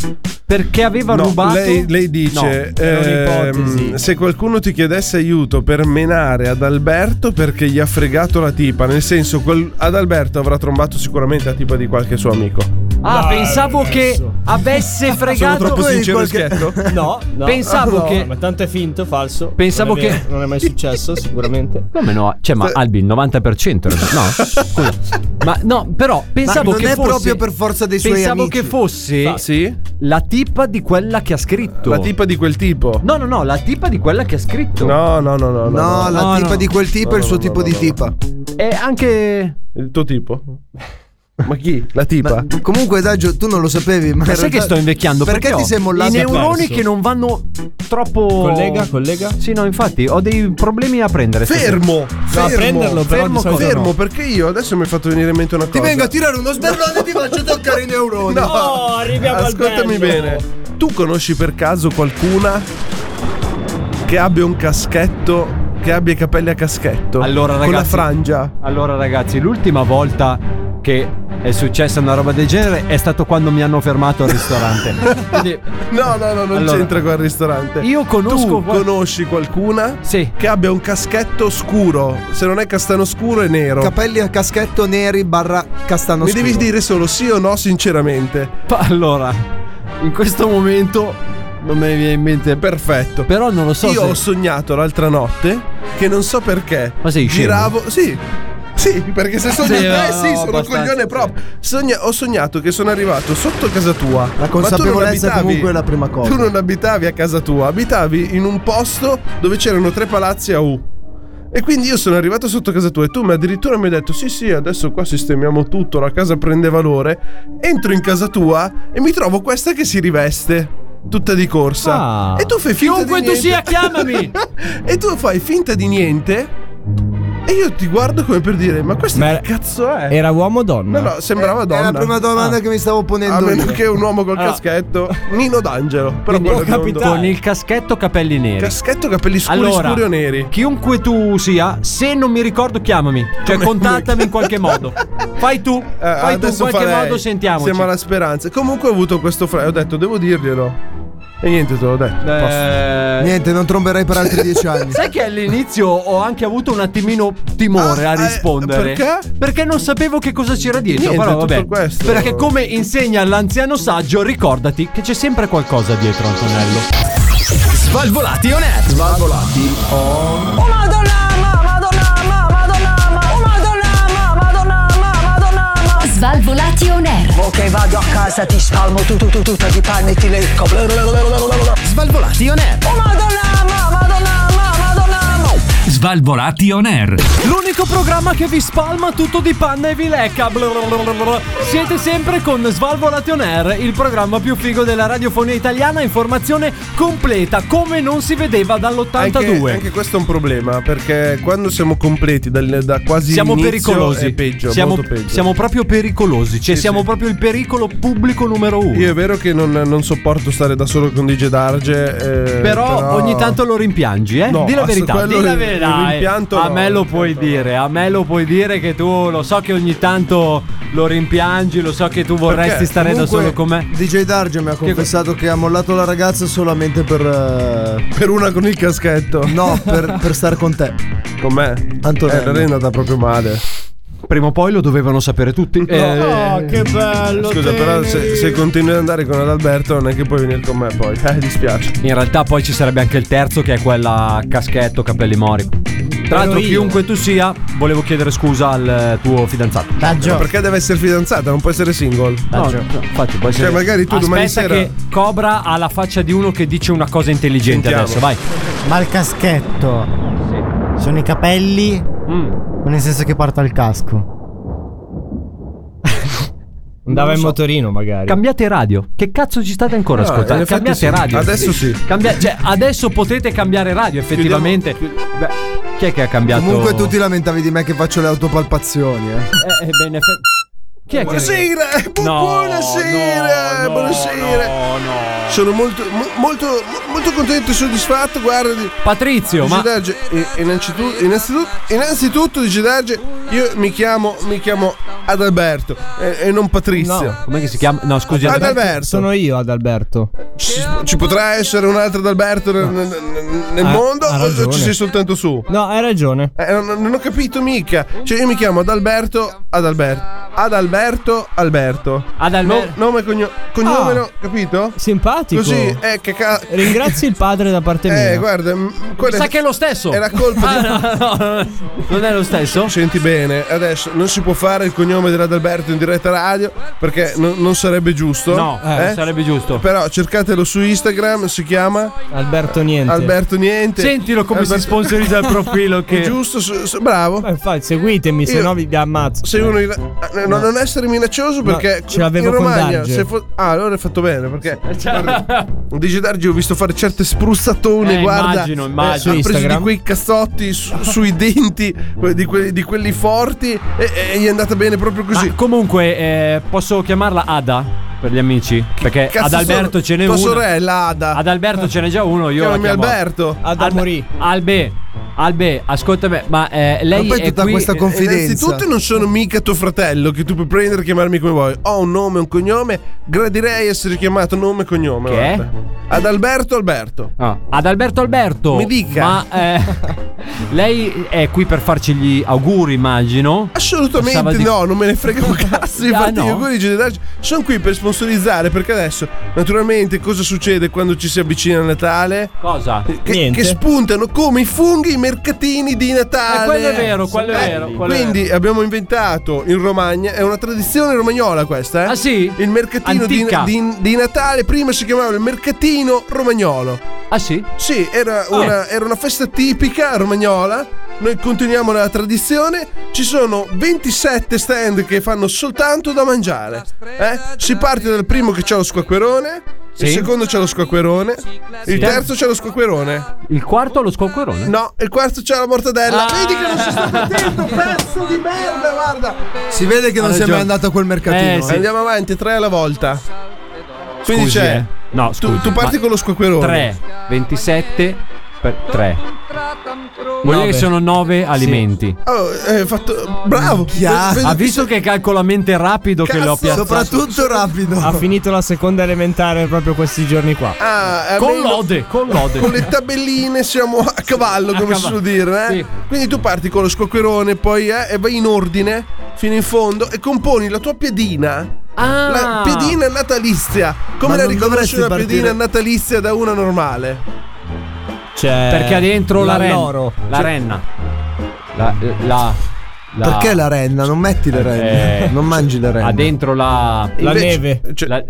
perché aveva No, rubato. Lei, lei dice: No, era ehm, un'ipotesi. Se qualcuno ti chiedesse aiuto per menare ad Alberto perché gli ha fregato la tipa, nel senso, quel- ad Alberto avrà trombato sicuramente la tipa di qualche suo amico. Ah, Dai, pensavo che adesso. avesse fregato. No, no. Pensavo Ah, No, che- Ma tanto è finto, falso. Pensavo Non è che- vero, Non è mai successo, sicuramente. Come no? Cioè, ma Albi, il 90%. era- No, scusa. Ma no, però pensavo non che è fosse. proprio per forza dei suoi Pensavo amici. che fosse Ah, la tipa di quella che ha scritto. La tipa di quel tipo. No, no, no, la tipa di quella che ha scritto. No, no, no, no. No, No, la tipa di quel tipo No, è il suo no, no, tipo no, di no. tipa. E anche. Il tuo tipo? Ma chi? La tipa? Comunque, Daggio, tu non lo sapevi, ma. Ma in sai realtà- che sto invecchiando? Perché, ho ti sei mollato? I neuroni che non vanno troppo. Collega, collega? Sì, no, infatti ho dei problemi a prendere. Fermo! stasera. fermo, fermo, cosa? fermo, perché io adesso mi hai fatto venire in mente una cosa. Ti vengo a tirare uno sberlone e ti faccio toccare i neuroni. No, ascoltami bene. Tu conosci per caso qualcuna che abbia un caschetto, che abbia i capelli a caschetto? Allora, ragazzi, Con la frangia. Allora, ragazzi, l'ultima volta che è successa una roba del genere è stato quando mi hanno fermato al ristorante. No, no, no, non Allora, c'entra col ristorante. io conosco Tu qual- conosci qualcuna che abbia un caschetto scuro. Se non è castano scuro, è nero. Capelli a caschetto neri barra castano Mi scuro. devi dire solo sì o no, sinceramente. allora, in questo momento non me ne viene in mente. Perfetto. Però non lo so. Io se- ho sognato l'altra notte che non so perché. Ma sei scemo? Giravo, sì. Sì, perché se sogno Sì, te, no, sì, sono abbastanza. coglione proprio. Sogna- ho sognato che sono arrivato sotto casa tua. La ma tu non consapevolezza abitavi- comunque è la prima cosa. Tu non abitavi a casa tua, abitavi in un posto dove c'erano tre palazzi a U. E quindi io sono arrivato sotto casa tua e tu mi addirittura mi hai detto sì sì adesso qua sistemiamo tutto, la casa prende valore. Entro in casa tua e mi trovo questa che si riveste. Tutta di corsa. Ah. E tu fai finta Chiunque di tu niente. sia, chiamami! e tu fai finta di niente. E io ti guardo come per dire, ma questa Ma- che cazzo è? Era uomo o No, donna? no, sembrava È donna. la prima domanda che mi stavo ponendo. A meno io. Ah. che un uomo col Allora. caschetto, Nino D'Angelo. Però quello è biondo. Con il caschetto capelli neri. Caschetto, capelli scuri, allora, scuri o neri. Chiunque tu sia, se non mi ricordo, chiamami. Cioè, contattami in qualche modo. Fai tu. Eh, fai tu in adesso qualche farei. modo, sentiamoci. Siamo alla speranza. Comunque ho avuto questo fra. Ho detto, devo dirglielo. E niente, te l'ho detto. Eh, Niente, non tromberai per altri dieci anni. Sai che all'inizio ho anche avuto un attimino timore Ah, a eh, rispondere. perché? Perché non sapevo che cosa c'era dietro. Niente, però tutto vabbè. questo. Perché come insegna l'anziano saggio, ricordati che c'è sempre qualcosa dietro, Antonello. Svalvolati on air. Svalvolati on. Oh madonna, ma, madonna, ma, madonna, ma, oh madonna, ma, madonna, ma, madonna, ma. Svalvolati on air. Ok, vado a casa, ti spalmo tu tu tu tu ti panni e ti lecco. Svalvolati on air. Oh madonna, ma, madonna, ma, madonna, ma. Svalvolati on air. L'unico programma che vi spalma tutto di panna e vi lecca. Blablabla. Siete sempre con Svalvolati on air, il programma più figo della radiofonia italiana. Informazione completa, come non si vedeva dall'82. Anche, anche questo è un problema perché quando siamo completi dal- da quasi siamo l'inizio pericolosi. è peggio, siamo, molto peggio. siamo proprio pericolosi. Cioè, siamo proprio il pericolo pubblico numero uno. Io è vero che non, non sopporto stare da solo con DJ Darge. eh, Però, ogni tanto lo rimpiangi, eh? No, di la ass- verità, quello di la il- verità. il eh. rimpianto a no, me lo il puoi dire, a me lo puoi dire che tu lo so che ogni tanto lo rimpiangi, lo so che tu vorresti Perché stare da comunque solo con me. DJ Darge mi ha confessato che, ha mollato la ragazza solamente per. eh, Per una con il caschetto. No, per, per stare con te. Con me? Antonello. Eh, allora è andata proprio male. Prima o poi lo dovevano sapere tutti. Eh, Oh, che bello. Scusa, però se, se continui ad andare con Adalberto non è che puoi venire con me poi. Eh, dispiace. In realtà poi ci sarebbe anche il terzo che è quella caschetto, capelli mori. Tra l'altro, io. chiunque tu sia, volevo chiedere scusa al eh, tuo fidanzato. Ma perché deve essere fidanzata? Non può essere single. No, no, infatti può essere- Cioè, magari tu domani Aspetta sera- che Cobra ha la faccia di uno che dice una cosa intelligente Sentiamo. adesso, vai. Ma il caschetto sono i capelli, Mm. o nel senso che porta il casco. Andava in motorino, magari. Cambiate radio. Che cazzo ci state ancora No, in ascoltando? effetti Cambiate sì. radio. Adesso sì. Cambia- cioè, adesso potete cambiare radio, effettivamente. Beh, chi è che ha cambiato? Comunque tu ti lamentavi di me che faccio le autopalpazioni, eh. Eh, eh, beh, in effetti- Chi è che Buonasera, bu- No, buonasera, buonasera. Sono molto, mo- molto, mo- molto contento e soddisfatto. Guardi, Patrizio, Dice ma Darge, eh, innanzitutto, innanzitutto, innanzitutto dice Darge, io mi chiamo, mi chiamo ad Alberto e, e non Patrizio. Com'è che si chiama? No, scusi. Ad Alberto. Alberto. Sono io ad Alberto. Ci, ci potrà essere un altro ad Alberto nel, nel- nel Ha- mondo Ah, ha o ragione. ci sei soltanto su? Eh, No, hai ragione. non, non ho capito mica. Cioè, io mi chiamo ad Alberto, ad Alberto. Ad Alberto, Alberto. Ad Alberto. nome e cogno- cognome, Ah. no, capito? Simpatico. Così, eh, che ca- Ringrazi il padre da parte mia. Eh, guarda, m- quella- Sa che è lo stesso. Ah, Era colpa di. Non è lo stesso? Senti bene, adesso non si può fare il cognome dell'Adalberto in diretta radio perché non- non sarebbe giusto. No, eh? non sarebbe giusto. Però cercatelo su Instagram, si chiama Alberto Niente. Alberto Niente. Sentilo come si sponsorizza il profilo che- È giusto, s- s- bravo. Eh, infatti, seguitemi, se Io- no vi vi ammazzo. Sei uno in- eh, no, Non essere minaccioso perché ce l'avevo in con Romagna. Darge. se fo- ah, allora è fatto bene perché. guarda, Dice Dargi, ho visto fare certe spruzzatone. Eh, guarda, immagino, immagino. Su ha preso Instagram. di quei cazzotti su- sui denti, que- di, quelli- di quelli forti, e, e gli è andata bene proprio così. Ma Ah, comunque, eh, posso chiamarla Ada per gli amici? Perché cazzo ad Alberto sono? ce n'è Tua uno. sorella, Ada. Ad Alberto ce n'è già uno. Io Chiamami la chiamo Alberto. Ada Albe- morì. Albe, Albe, ascolta me, ma eh, lei Ma poi è tutta qui- questa confidenza. Innanzitutto non sono mica tuo fratello che tu puoi prendere e chiamarmi come vuoi. Ho un nome, un cognome, gradirei essere chiamato nome e cognome. Che è? guarda. Ad Alberto Alberto. Ah, ad Alberto Alberto. Mi dica. Ma eh, lei è qui per farci gli auguri, immagino. Assolutamente Passava di- Ah, no, non me ne frega un cazzo. Infatti, no? gli auguri di Gigi D'Arci sono qui per sponsorizzare. Perché adesso, naturalmente, cosa succede quando ci si avvicina a Natale? Cosa? Che, che spuntano come i funghi i mercatini di Natale. Eh, quello è vero, quello è vero, quello è quindi abbiamo inventato in Romagna, è una tradizione romagnola questa, eh? Ah, sì? Il mercatino di, Antica. di- di Natale prima si chiamava il mercatino romagnolo. Ah sì? Sì, era Ah. una, era una festa tipica romagnola. Noi continuiamo la tradizione. Ci sono 27 stand che fanno soltanto da mangiare. eh? Si parte dal primo che c'è lo squacquerone. Il Sì. secondo c'è lo squacquerone. Il terzo c'è lo squacquerone. Il quarto lo squacquerone? No, il quarto c'è la mortadella. Ah. Vedi che non si sta attento, pezzo di merda, guarda. Si vede che non Ha sei mai ragione. andato a quel mercatino. Eh, sì. Andiamo avanti, tre alla volta. Quindi Scusi, c'è. eh. No, tu- scusi, tu, parti ma- con lo squacquerone. 3, 27 per 3. Vuol dire Nove. che sono 9 alimenti. Oh, eh, fatto. Bravo. Ve- Ha vedo- visto che è calcolamente rapido che l'ho piazzato. Soprattutto rapido. Ha finito la seconda elementare proprio questi giorni qua. Ah, Con almeno- lode, con lode. Con le tabelline siamo a cavallo, come cavallo. si suol dire. eh? Sì. Quindi tu parti con lo squacquerone, poi eh, e vai in ordine fino in fondo e componi la tua piedina. Ah. La piedina natalizia. Come Ma la non riconosci dovresti una partire- piedina natalizia da una normale? C'è Eh, Perché ha dentro la, renna. loro. La renna. La, eh, la, la- Perché la renna? Non metti le renne. Eh. Non mangi le Ha renne. dentro la. La Invece- neve. cioè, la-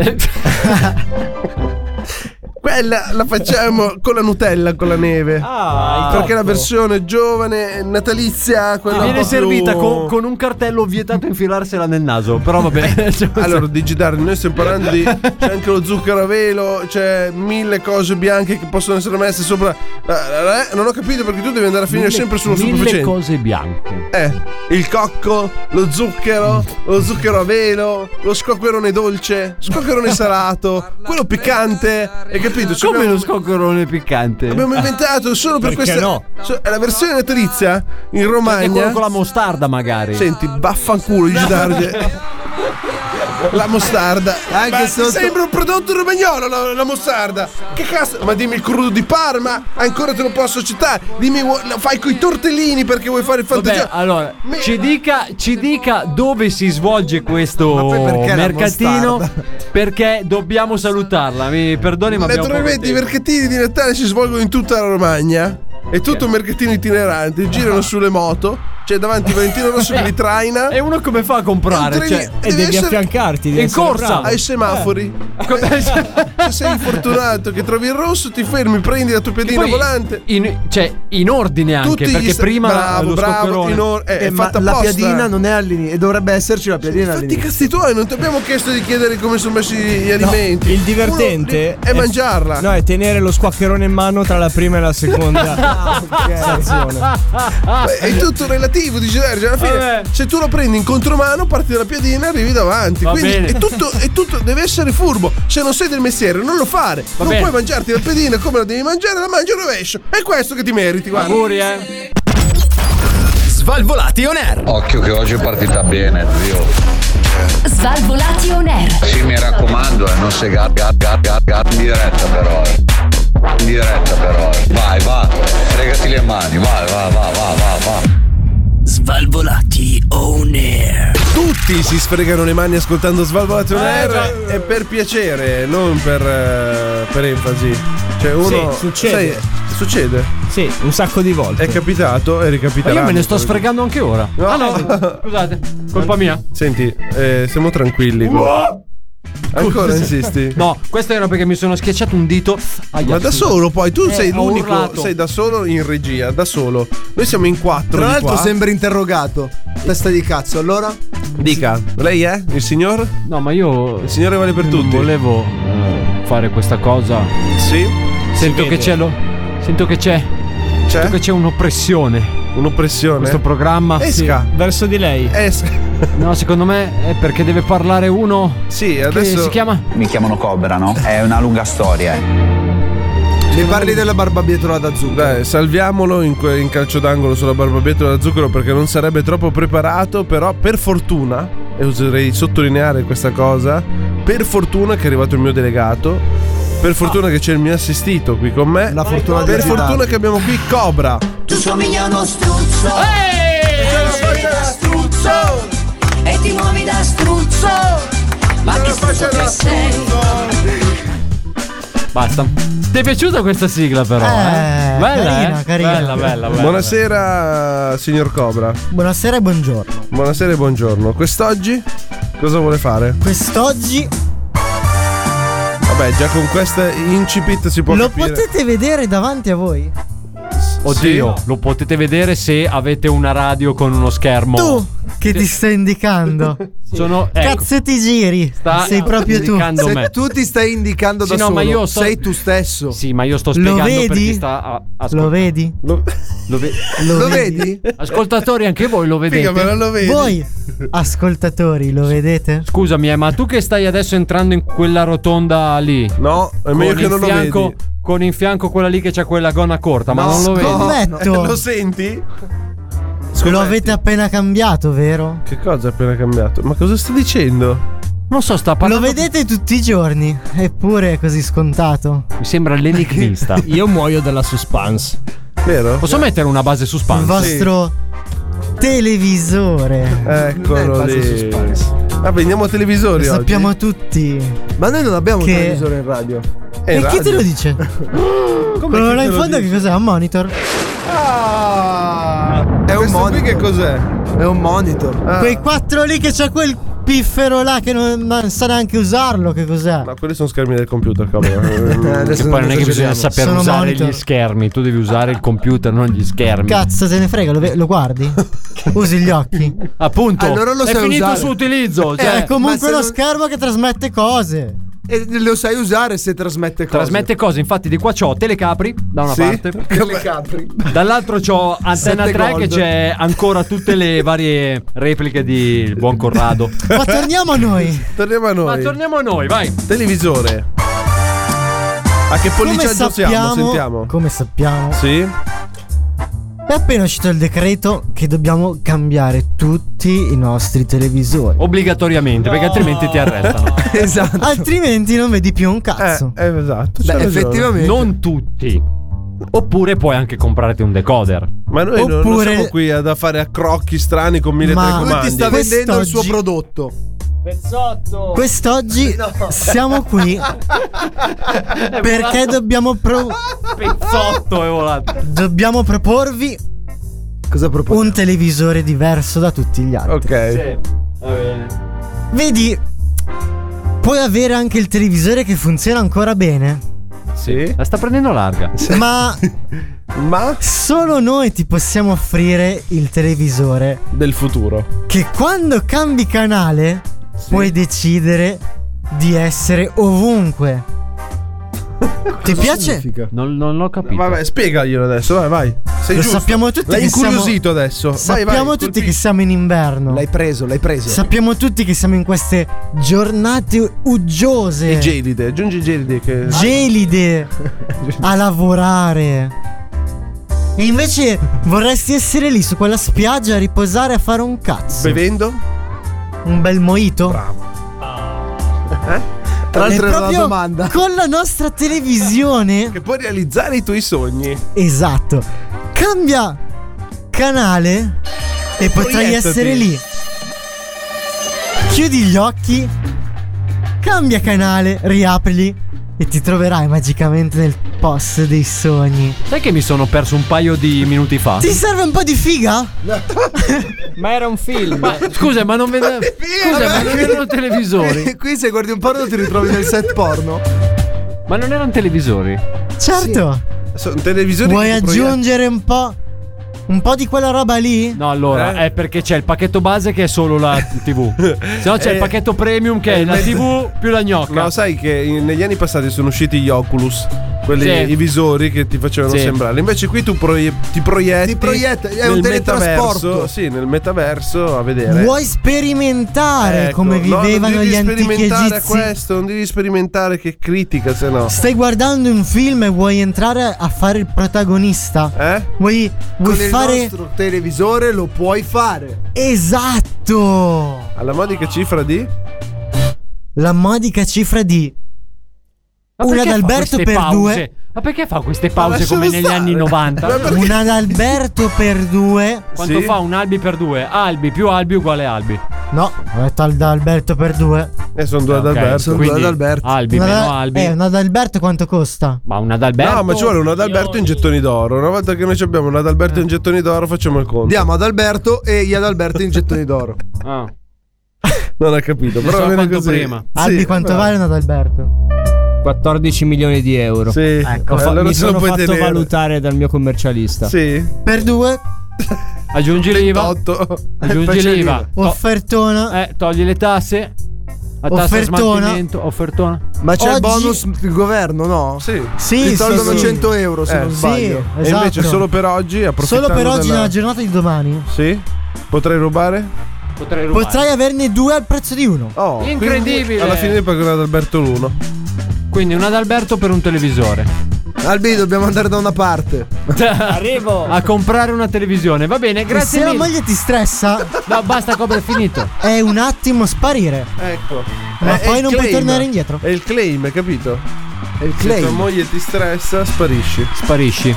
quella la facciamo con la Nutella, con la neve. Ah, il Perché la Ecco. cocco. versione giovane natalizia, quella Ti un viene po' più- servita con, con un cartello vietato infilarsela nel naso. Però va bene. Cioè, Eh, Allora, digitare, noi stiamo parlando di. C'è anche lo zucchero a velo, c'è mille cose bianche che possono essere messe sopra. Eh, eh, Non ho capito perché tu devi andare a finire mille- sempre sullo Mille stupefacente. cose bianche. Eh, il cocco, lo zucchero, lo zucchero a velo, lo scoccherone dolce, scoccherone salato, quello piccante. Hai capito? Ci Come abbiamo- lo scoccherone piccante? Abbiamo inventato solo per Perché questa. no? so- è la versione natalizia in Romagna. È quello con la mostarda, magari. Senti, baffanculo Gitarge. La mostarda. Anche Ma ti sotto- Sembra un prodotto romagnolo la, la mostarda. Che cazzo? Ma dimmi il crudo di Parma. Ancora te lo posso citare. Dimmi, vuoi- lo fai coi tortellini perché vuoi fare il Vabbè, fantasia. allora, Mi- ci dica, ci dica dove si svolge questo poi perché la mercatino mostarda? perché dobbiamo salutarla. Mi perdoni, ma abbiamo Naturalmente i poco tempo. mercatini di Natale si svolgono in tutta la Romagna. È tutto un mercatino itinerante. Girano sulle moto. C'è davanti Valentino Rosso che li traina. E uno come fa a comprare? Entra Cioè, lì- E Deve devi essere- affiancarti. devi In essere corsa. bravo. ai semafori. Come- Se sei fortunato che trovi il rosso, ti fermi, prendi la tua piedina Poi, volante. in, cioè, in ordine anche, Tutti gli perché sta- prima bravo, lo bravo, scoccherone. in or- eh, Eh, è ma fatta la apposta. piadina non è all'inizio. E dovrebbe esserci la piadina Fatti i all'inizio. cazzi tuoi, non ti abbiamo chiesto di chiedere come sono messi gli alimenti. Il divertente Uno li- è mangiarla. No, è tenere lo squaccherone in mano tra la prima e la seconda stazione. Beh, È tutto relativo, dice Sergio. Alla fine, Vabbè. se tu lo prendi in contromano, parti dalla piadina e arrivi davanti. Va Quindi bene. è tutto, è tutto- deve essere furbo. Se non sei del mestiere, non lo fare. non bene. puoi mangiarti la piadina Oh, come la devi mangiare, la mangi al rovescio. È questo che ti meriti, guarda. Auguri, eh. Svalvolati on air. Occhio che oggi è partita bene, zio. Svalvolati on air. Sì, mi raccomando, eh, non sei gat, gat, gat, gat, gat, in diretta però. eh. In diretta però. eh. Vai, va. Fregati le mani, vai, va, va, va, va, va. Svalvolati on air. Tutti si sfregano le mani ascoltando Svalvolati on Eh, air e per piacere, non per, eh, per enfasi. Cioè uno Sì, succede. sai, succede. Sì, un sacco di volte. È capitato e ricapiterà. Ma io me ne sto sfregando anche ora. Ah no, scusate, colpa mia. Senti, eh, siamo tranquilli. Wow! Ancora Scusa. insisti? No, questo era perché mi sono schiacciato un dito. Aia, Ma da scusa. solo poi, tu Eh, sei ho l'unico, urlato. sei da solo in regia, da solo. Noi siamo in quattro. Tra di l'altro qua. sembra interrogato. Testa di cazzo, allora? Dica, lei è il signor? No, ma io. Il signore vale per tutti. Volevo eh, fare questa cosa. Sì. Sento Si che vede. c'è lo. Sento che c'è. Eh? Sento che c'è un'oppressione. Un'oppressione. Eh, Questo programma. Esca. Verso di lei. Esca. No, secondo me è perché deve parlare uno. Sì, Che si chiama? Mi chiamano Cobra, no? È una lunga storia. eh. Mi parli della barbabietola da zucchero? Beh, salviamolo in, que- in calcio d'angolo sulla barbabietola da zucchero perché non sarebbe troppo preparato, però per fortuna, e oserei sottolineare questa cosa, per fortuna che è arrivato il mio delegato, per fortuna che c'è il mio assistito qui con me, fortuna per di aiutarti. fortuna che abbiamo qui Cobra. Tu somigli a uno struzzo. Te la fai da struzzo. E ti muovi da struzzo. Ma che struzzo che sei? Basta. Ti è piaciuta questa sigla, però? Eh, bella, carina, eh? carina. Bella, bella, bella. Buonasera, signor Cobra. Buonasera e buongiorno. Buonasera e buongiorno. Quest'oggi cosa vuole fare? Quest'oggi Vabbè, già con questa incipit si può lo capire. potete vedere davanti a voi. Oddio, lo potete vedere se avete una radio con uno schermo. Tu che ti stai indicando. Sono. Oh, Ecco. Cazzo ti giri. Sta Sei proprio tu. indicando Se me. tu- Tu ti stai indicando Sì, da no, solo. ma io sto- Sei tu stesso. Sì, ma io sto Lo spiegando vedi? per chi sta a- ascoltando. Lo vedi? Lo, ve- Lo Lo vedi? Ascoltatori, anche voi lo vedete. Figa, ma non lo vedi? Voi ascoltatori lo vedete? Scusami, eh, ma tu che stai adesso entrando in quella rotonda lì? No, è meglio che non lo fianco, vedi. Con in fianco quella lì che c'ha quella gonna corta, ma No, non lo vedi? scommetto. Eh, Lo senti? Lo avete appena cambiato, vero? Che cosa ha appena cambiato? Ma cosa sta dicendo? Non so, sta Lo vedete tutti i giorni, eppure è così scontato. Mi sembra l'enigmista. Io muoio dalla suspense. Vero? Posso mettere una base suspense? Il vostro televisore. Eccolo lì. Ah, vendiamo Lo televisori oggi. sappiamo tutti. Ma noi non abbiamo Che- un televisore in radio. È e in chi te radio. lo dice? Quello chi là te in lo fondo che cos'è? Un monitor? È un monitor. Ah! che cos'è? Ah, È un monitor. Quei quattro lì che c'è quel piffero là che non, non sa neanche usarlo, che cos'è? Ma quelli sono schermi del computer, cavolo. Che Eh, Che poi non è che bisogna saper Sono usare monitor. gli schermi, tu devi usare il computer, non gli schermi. Cazzo, te ne frega, lo, ve- lo guardi? Usi gli occhi. Appunto, Allora lo è sai finito usare. il suo utilizzo. Eh, cioè, è comunque ma se uno non- schermo che trasmette cose. E lo sai usare se trasmette cose. Trasmette cose, infatti di qua c'ho telecapri da una Sì. parte, Come capri. dall'altro c'ho Antenna Sette 3 che gold. c'è ancora tutte le varie repliche di il buon Corrado. Ma torniamo a noi. Torniamo a noi. Ma torniamo a noi, vai. Televisore. A che Come polliciaggio siamo? sappiamo, Sentiamo. come sappiamo, Eh, Sì? è appena uscito il decreto che dobbiamo cambiare tutti i nostri televisori. Obbligatoriamente, perché altrimenti ti arrestano. esatto. Altrimenti non vedi più un cazzo. Eh, esatto. Beh, effettivamente. Non tutti. Oppure puoi anche comprarti un decoder. Ma noi non- non Oppure- siamo qui ad a fare accrocchi strani con mille Ma- telecomandi. Lui ti sta vendendo il suo Quest'oggi- prodotto. Pezzotto. Quest'oggi siamo qui perché dobbiamo, pro- Eh, Pezzotto è volato. dobbiamo proporvi un televisore diverso da tutti gli altri. Ok. va bene. Vedi, puoi avere anche il televisore che funziona ancora bene, Sì. La sta prendendo larga. ma Ma solo noi ti possiamo offrire il televisore del futuro. che quando cambi canale puoi decidere di essere ovunque. Ti piace? Non, non l'ho capito. Vabbè, spiegaglielo adesso, vai, vai. Sei Lo giusto. sappiamo tutti L'hai che siamo- incuriosito adesso. Vai, vai. Sappiamo tutti che siamo in inverno. L'hai preso, l'hai preso. Sappiamo tutti che siamo in queste giornate uggiose, E gelide, Ah, aggiungi gelide che... gelide, a lavorare. E invece vorresti essere lì su quella spiaggia a riposare a fare un cazzo. Bevendo? Un bel moito? Bravo. Tra l'altro era una domanda. Con la nostra televisione. Che puoi realizzare i tuoi sogni. Esatto. Cambia canale e potrai Proiettati. essere lì. Chiudi gli occhi, cambia canale, riaprili e ti troverai magicamente nel posto dei sogni. Sai che mi sono perso un paio di minuti fa? Ti serve un po' di figa? Ma era un film. Scusa, ma non vedo. Scusa, ma non erano televisori. Qui se guardi un porno ti ritrovi nel set porno. Ma non erano televisori. Certo. Sono televisioni Vuoi che proiett- aggiungere un po'? Un po' di quella roba lì? No, allora Eh? è perché c'è il pacchetto base che è solo la TV. Se no c'è Eh, il pacchetto premium che è eh, la me- TV più la gnocca. No, sai che in- negli anni passati sono usciti gli Oculus, quelli, Sì. i visori che ti facevano Sì. sembrare. Invece qui tu proie- ti proietti. Ti proietta, è nel un teletrasporto. metaverso, Sì, nel metaverso a vedere. Vuoi sperimentare Eh. Ecco, come no, vivevano non devi gli antichi sperimentare a egizi? questo, non devi sperimentare che critica, se no. Stai guardando un film e vuoi entrare a fare il protagonista? Eh? Vuoi, vuoi Con il fare. nostro televisore lo puoi fare. Esatto! Alla modica cifra di La modica cifra di. Ma Una perché ad fa Alberto queste per pause? due. Ma perché fa queste pause lascialo come negli stare. anni 90? Una ad Alberto per due. Quanto fa un albi per due? Albi più albi uguale albi. No, ho detto ad Alberto per due. Eh, sono due ad Ok, Alberto. Sono due quindi ad Alberto. Albi Una meno da- albi. Eh, una ad Alberto quanto costa? Ma un Adalberto. No, ma ci vuole un Adalberto in gettoni d'oro. Una volta che noi ci abbiamo un Adalberto in gettoni d'oro, facciamo il conto. Diamo ad Alberto e gli ad Alberto in gettoni d'oro. Ah. Non ha capito, però so almeno quanto così. prima. Albi Sì, Ah, quanto però- vale una ad Alberto? 14 milioni di euro. Sì, Ecco, fa- allora mi se lo sono puoi fatto tenere. valutare dal mio commercialista. Sì. Per due, Aggiungi l'IVA. 8. Aggiungi l'IVA. To- offertona. Oh. eh, togli le tasse. La tassa di Offertona. smaltimento. Offertona. Ma c'è il Oggi- bonus del governo, no? Sì. Sì, Ti sì, tolgono sì. 100 euro se Eh, non sì. sbaglio. E Esatto. invece solo per oggi, approfittando Solo per oggi della- nella giornata di domani. Sì? Potrei rubare? Potrei rubare. Potrai averne due al prezzo di uno. Oh, quindi Incredibile. Alla fine ne pago una ad Alberto l'uno. Quindi un Adalberto per un televisore. Albi, dobbiamo andare da una parte. Arrivo. A comprare una televisione. Va bene, E se grazie la mille. moglie ti stressa, No, basta, cobra, è finito. è un attimo sparire. Ecco. Ma È- è poi il non puoi claim. tornare indietro. È il claim, hai capito? È il Se tua claim. moglie ti stressa, sparisci. Sparisci.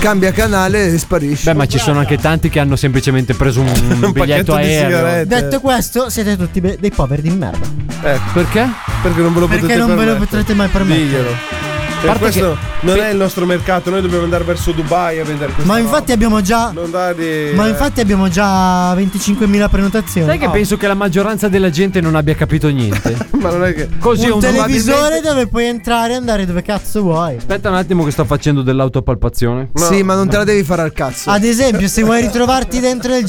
Cambia canale e sparisci. Beh, ma ci sono anche tanti che hanno semplicemente preso un, un biglietto pacchetto di aereo. sigarette. Detto questo, siete tutti be- dei poveri di merda. Ecco, Perché? perché non ve lo Perché potete non ve lo permettere. potrete mai permettere. Diglielo. Per parte questo non pe- è il nostro mercato, noi dobbiamo andare verso Dubai a vendere questo. Ma infatti abbiamo già. Non dare. Ma infatti abbiamo già 25.000 prenotazioni. Sai che penso che la maggioranza della gente non abbia capito niente. Ma non è che. Così un un televisore dove puoi entrare e andare dove cazzo vuoi. Aspetta un attimo che sto facendo dell'autopalpazione. Sì, ma non te la devi fare al cazzo. Ad esempio, se vuoi ritrovarti dentro il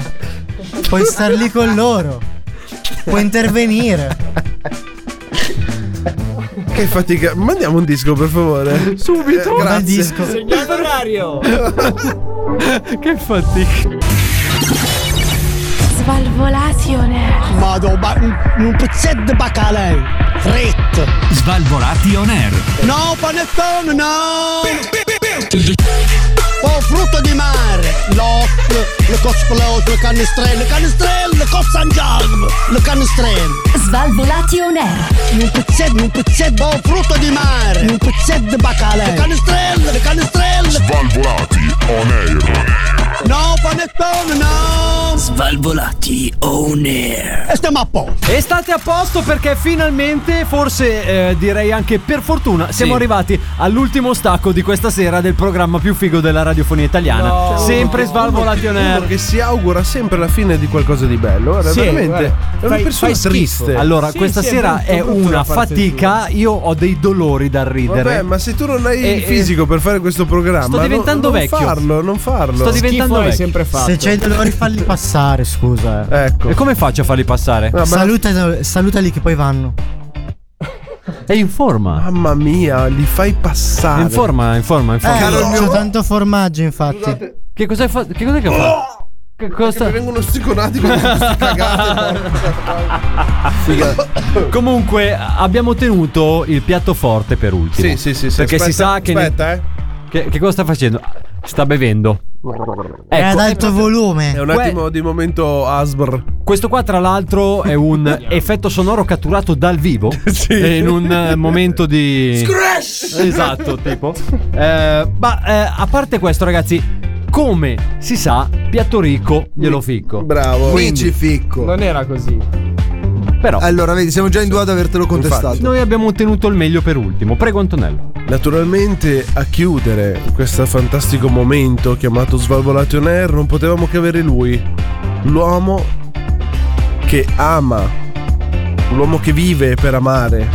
GF, puoi star lì con loro. Puoi intervenire. Che fatica. Mandiamo un disco, per favore. Eh, Subito. Bel disco. Onorario! che fatica. Svalvolazione. Vado, ba- un, un pezzetto di bacalè. Fritto. Svalvolati on air. No, panettone, no! Oh, frutto di mare! L'op, le cosplot, le canestrelle, le canestrelle, le cozzangiarme, le canestrelle. Svalvolati on air. Un pezzetto, un pezzetto, oh, frutto di mare! Un pezzetto di bacalè! Le canestrelle, le canestrelle! Svalvolati on air. No, panettone, no! Svalvolati on air. E stiamo a posto! E state a posto perché finalmente, forse eh, direi anche per fortuna, siamo arrivati all'ultimo stacco di questa sera del programma più figo della radiofonia italiana. Sempre Svalvolati on Uno air. che si augura sempre la fine di qualcosa di bello. Guarda, Sì, veramente. guarda. È una Fai- persona fai schifo. triste. Allora, Sì, questa sì, è sera brutto, è brutto una da parte fatica. Io ho dei dolori dal ridere. Vabbè, ma se tu non hai E- il fisico per fare questo programma, eh, Sto diventando non, non vecchio. farlo, non farlo. Sto diventando Schifo l'hai vecchio. sempre fatto. Se c'hai i dolori, falli passare, scusa. eh. Ecco. E come faccio a farli passare? Vabbè. Saluta, salutali che poi vanno. È in forma. Mamma mia, li fai passare. In forma, Cioè, in forma, in Eh, forma. c'ho tanto formaggio, infatti. Che cos'hai fatto? Che cos'è che ha fatto? Che cosa Mi vengono sticonati con queste cagate. Comunque, abbiamo tenuto il piatto forte per ultimo. Sì, sì, sì, sì. Perché si aspetta, sa che. Aspetta, eh. Che, che cosa sta facendo? Sta bevendo. Ecco, È ad alto volume. Eh. È un attimo di momento Asbr. Questo qua, tra l'altro, è un effetto sonoro catturato dal vivo. E In un eh, momento di. Scratch! Esatto, tipo. Eh, ma eh, a parte questo, ragazzi. Come si sa, Piattorico glielo ficco. Bravo. Quindi- ci ficco. Non era così. Però. Allora, vedi, siamo già in due ad avertelo contestato. Infatti, noi abbiamo ottenuto il meglio per ultimo. Prego, Antonello. Naturalmente a chiudere questo fantastico momento chiamato Svalvolato on Air non potevamo che avere lui, l'uomo che ama, l'uomo che vive per amare,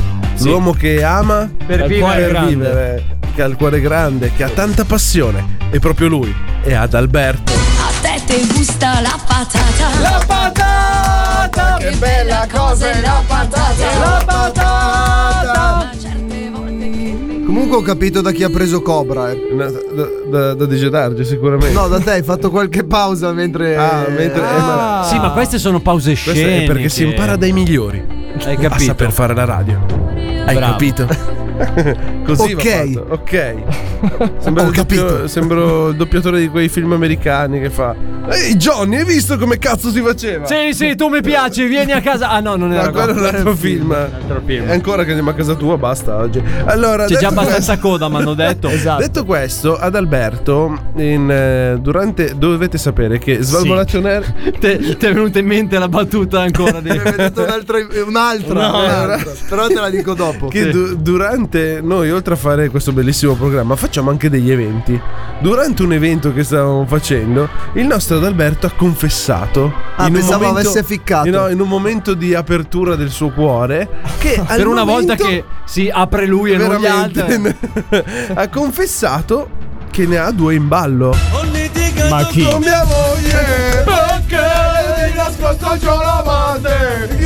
l'uomo che ama Per al vivere cuore grande. vivere, che ha il cuore grande, che ha tanta passione, è proprio lui, è Adalberto. A te te gusta la patata. La patata! Che bella cosa è la patata. La patata! Comunque ho capito da chi ha preso Cobra. eh. Da, da, da DJ Darge sicuramente. No, da te hai fatto qualche pausa mentre. Ah, mentre- eh, ma- Sì, ma queste sono pause Questo sceniche. è perché si impara dai migliori. Hai A capito? saper fare la radio. Hai Bravo. capito? Così va Ok. fatto, ok. Sembra il doppio- sembro il doppiatore di quei film americani che fa. Ehi Johnny, hai visto come cazzo si faceva? Sì, sì, tu mi piaci, vieni a casa. Ah, no, non Ma era quello è un altro film. film. E ancora che andiamo a casa tua, basta oggi. Allora, C'è già detto abbastanza coda, mi hanno detto. esatto. Detto questo, ad Alberto, in, eh, durante, dovete sapere che Svalvolation Air Te- ti è venuta in mente la battuta ancora di... Un'altra, un'altra, No. un'altra. però te la dico dopo. che du- durante noi, oltre a fare questo bellissimo programma, facciamo anche degli eventi. Durante un evento che stavamo facendo, il nostro Adalberto ha confessato. Ah, pensavo avesse ficcato. No, in un momento di apertura del suo cuore, che al Ah, per una volta momento che si apre lui e non gli altri. veramente ha confessato che ne ha due in ballo. Ma chi? Con mia moglie, perché di nascosto c'ho l'amante. Chi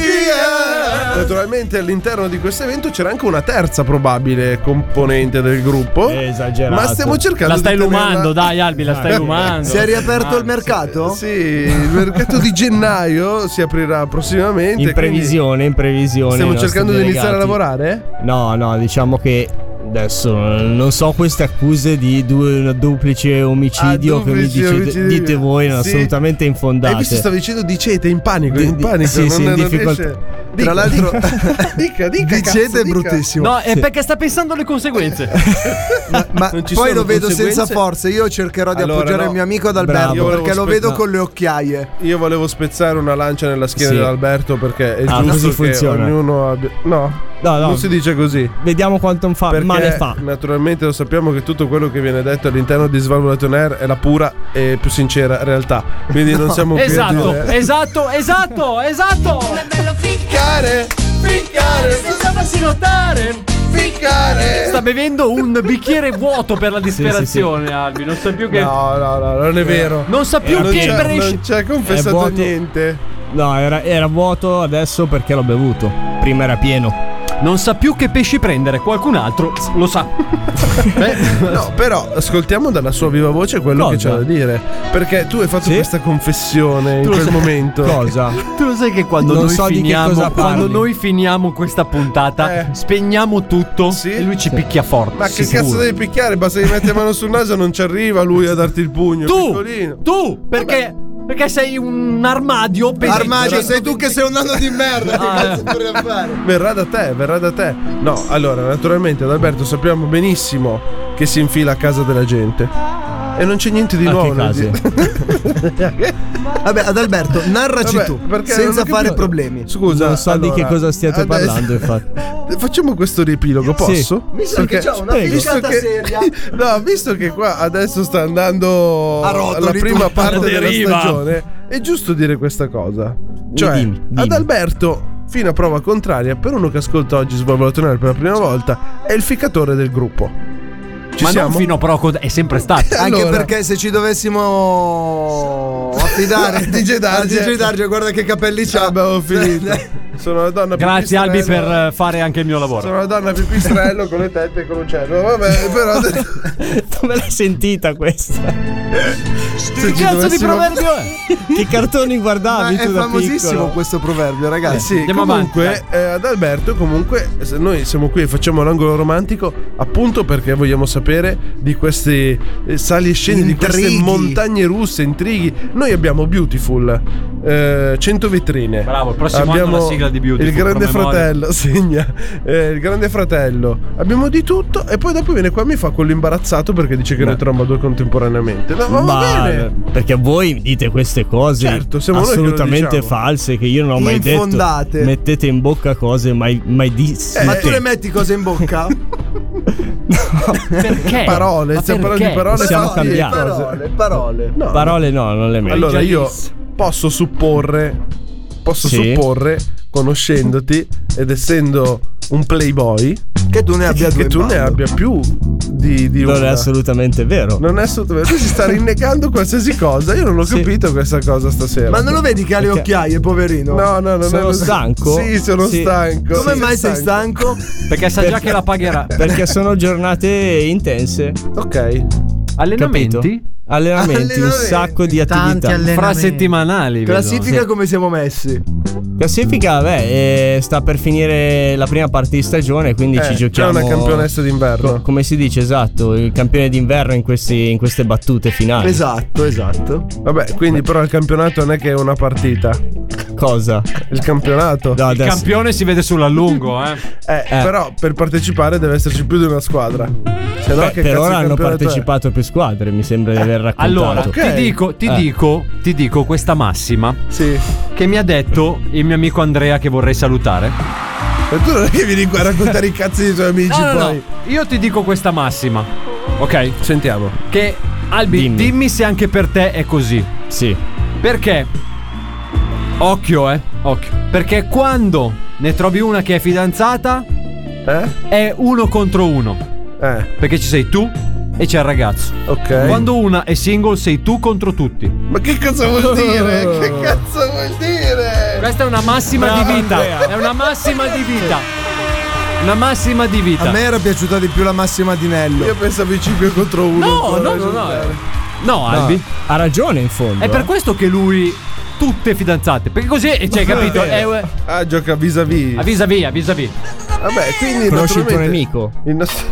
è? Naturalmente all'interno di questo evento c'era anche una terza probabile componente del gruppo. Esagerato. Ma stiamo cercando La stai di tenerla- lumando, dai Albi, la stai lumando. Si è riaperto il mercato? Sì, il mercato di gennaio si aprirà prossimamente. In previsione, in previsione. quindi Stiamo i nostri cercando di iniziare a delegati. lavorare? No, no, diciamo che adesso non so queste accuse di due- duplice omicidio Ah, che mi duplice dice- omicidio. dite voi sono Sì. assolutamente infondate. Hai visto, stavo dicendo dicete in panico, in di- panico. sì, sì, in non, non difficoltà. riesce. Tra Dica, l'altro, dica, dica. cazzo, dicete è dica. bruttissimo. No, è perché sta pensando alle conseguenze. Ma Non ci poi sono lo vedo conseguenze? senza forze. Io cercherò di Allora, appoggiare no. il mio amico ad Alberto Bravo. perché lo Aspe- vedo no. con le occhiaie. Io volevo spezzare una lancia nella schiena Sì. di Alberto perché è Ah, così giusto che funziona. ognuno abbia. No, No, no. non si dice così. Vediamo quanto fa, Perché male fa. naturalmente lo sappiamo che tutto quello che viene detto all'interno di Svalvolaton Air è la pura e più sincera realtà. Quindi non siamo qui Esatto, a dire. esatto, esatto, esatto. Ficcare, ficcare, senza farsi notare, ficcare. Sta bevendo un bicchiere vuoto per la disperazione, Albi. Non sa più che. No, no, no, non è vero. Eh, Non sa più non che c'è, brescia. non c'è confessato vuoto. niente. No, era, era vuoto adesso perché l'ho bevuto. Prima era pieno. Non sa più che pesci prendere, qualcun altro lo sa. No, però ascoltiamo dalla sua viva voce quello Cosa? che c'ha da dire. Perché tu hai fatto Sì? questa confessione in Tu lo quel sai- momento. Cosa? Tu lo sai che quando, Non noi, so di che finiamo, cosa parli. quando noi finiamo questa puntata, Eh. spegniamo tutto Sì? e lui ci picchia forte. Ma che sicuro. cazzo devi picchiare? Basta che mette mano sul naso, non ci arriva lui a darti il pugno. piccolino. Tu! Tu! Perché? Perché sei un armadio pesante. Armadio, sei tu che sei un anno di merda. Che Ah, cazzo dovrei fare? Verrà da te, verrà da te. No, allora, naturalmente, ad Alberto sappiamo benissimo che si infila a casa della gente. E non c'è niente di A nuovo. che nel case? dire- Vabbè, ad Alberto, narraci Vabbè, tu perché non ho senza capito- fare problemi. Scusa, Non so di allora, che cosa stiate adesso- parlando, infatti. Facciamo questo riepilogo, Sì. posso? Mi sa che c'ho una Prego. ficcata Visto seria. No, visto che qua adesso sta andando A rotoli la prima tutta. parte della Deriva. stagione, è giusto dire questa cosa. Cioè, dimmi, dimmi. ad Alberto, fino a prova contraria, per uno che ascolta oggi Svalvolatonare per la prima volta, è il ficcatore del gruppo. Ci Ma siamo? non fino a poco, è sempre stato. Anche Allora. Ecco perché se ci dovessimo affidare A DJ Darge. a DJ Darge, guarda che capelli c'ha. Abbiamo finito. Sono la donna più Grazie Albi per pipistrello. eh, fare anche il mio lavoro. Sono la donna pipistrello con le tette e con l'uccello. Vabbè, però adesso- Come l'hai sentita questa? se ci Cazzo di dovessimo- proverbio è? Che cartoni guardavi Ma tu è da famosissimo piccolo? questo proverbio, Eh ragazzi. sì, Andiamo comunque avanti, eh, ad Alberto comunque se noi siamo qui e facciamo l'angolo romantico appunto perché vogliamo sapere di queste eh, sali e scendi, di Intrighi. queste montagne russe, intrighi. Noi abbiamo Beautiful, eh, 100 vetrine. Bravo, il prossimo anno abbiamo la sigla di Beautiful, Il Grande promemoria. Fratello, segna. Eh, il Grande Fratello. Abbiamo di tutto e poi dopo viene qua e mi fa quello imbarazzato perché dice che noi troviamo due contemporaneamente. No, ma va bene. perché voi mi dite queste cose Certo, siamo noi che lo assolutamente diciamo. false che io non ho mai Infondate. Eh, detto. Mettete in bocca cose mai, mai disse. Ma tu le metti cose in bocca? Perché? Parole, Ma stiamo parlando di perché? parole Possiamo fatte di cambiare. Parole, parole. No. Parole no, non le metto. Allora io posso supporre, posso Sì. supporre, conoscendoti ed essendo un playboy, che tu ne abbia che due in tu ne ballo. abbia più di, di Non è una. assolutamente vero. Non è assolutamente. Tu si sta rinnegando qualsiasi cosa. Io non l'ho capito questa cosa stasera. Ma non lo vedi che ha le Perché- occhiaie, poverino? No, no, no. Sono no, stanco? Sì, sono Sì. stanco. Come Sì, mai sei stanco? Perché sa già che la pagherà. Perché sono giornate intense. Ok. Allenamenti? Capito? Allenamenti, un Allenamenti, sacco di attività. Fra settimanali. Classifica come siamo messi? Classifica, beh, eh, sta per finire la prima parte di stagione, quindi Eh, ci c'è giochiamo. una campionessa d'inverno. Co- come si dice, esatto, il campione d'inverno in, questi- in queste battute finali. Esatto, esatto. Vabbè, quindi però il campionato non è che è una partita. Cosa? Il campionato. No, Il campione si vede sull'allungo, eh. Eh, però per partecipare deve esserci più di una squadra. Se no, Beh, che per cazzo ora di hanno campionato è? partecipato più squadre, mi sembra di aver raccontato. Allora, ti dico, ti Eh. dico, ti dico questa massima che mi ha detto il mio amico Andrea che vorrei salutare. Ma tu non è che vieni qua a raccontare i cazzi dei tuoi amici No, no, poi. no, io ti dico questa massima. Ok? Sentiamo. Che Albi, dimmi. se anche per te è così. Sì. Perché? Occhio, eh, occhio. Perché quando ne trovi una che è fidanzata, è uno contro uno. Perché ci sei tu e c'è il ragazzo. Eh, Ok. Quando una è single, sei tu contro tutti. Ma che cazzo vuol dire? Che cazzo vuol dire? Questa è una massima Bravo, di vita. Andrea. È una massima di vita. Una massima di vita. A me era piaciuta di più la massima di Nello. Io pensavo i 5 contro 1. No, no, no, no. eh. No, Albi. Ha ragione, in fondo. È per eh. questo che lui. Tutte fidanzate. Perché così, eh, cioè, capito? È, Ah, gioca vis-à-vis. avvisa via, avvisa via. Vabbè, quindi. Conosci il tuo naturalmente, nemico? il nostro-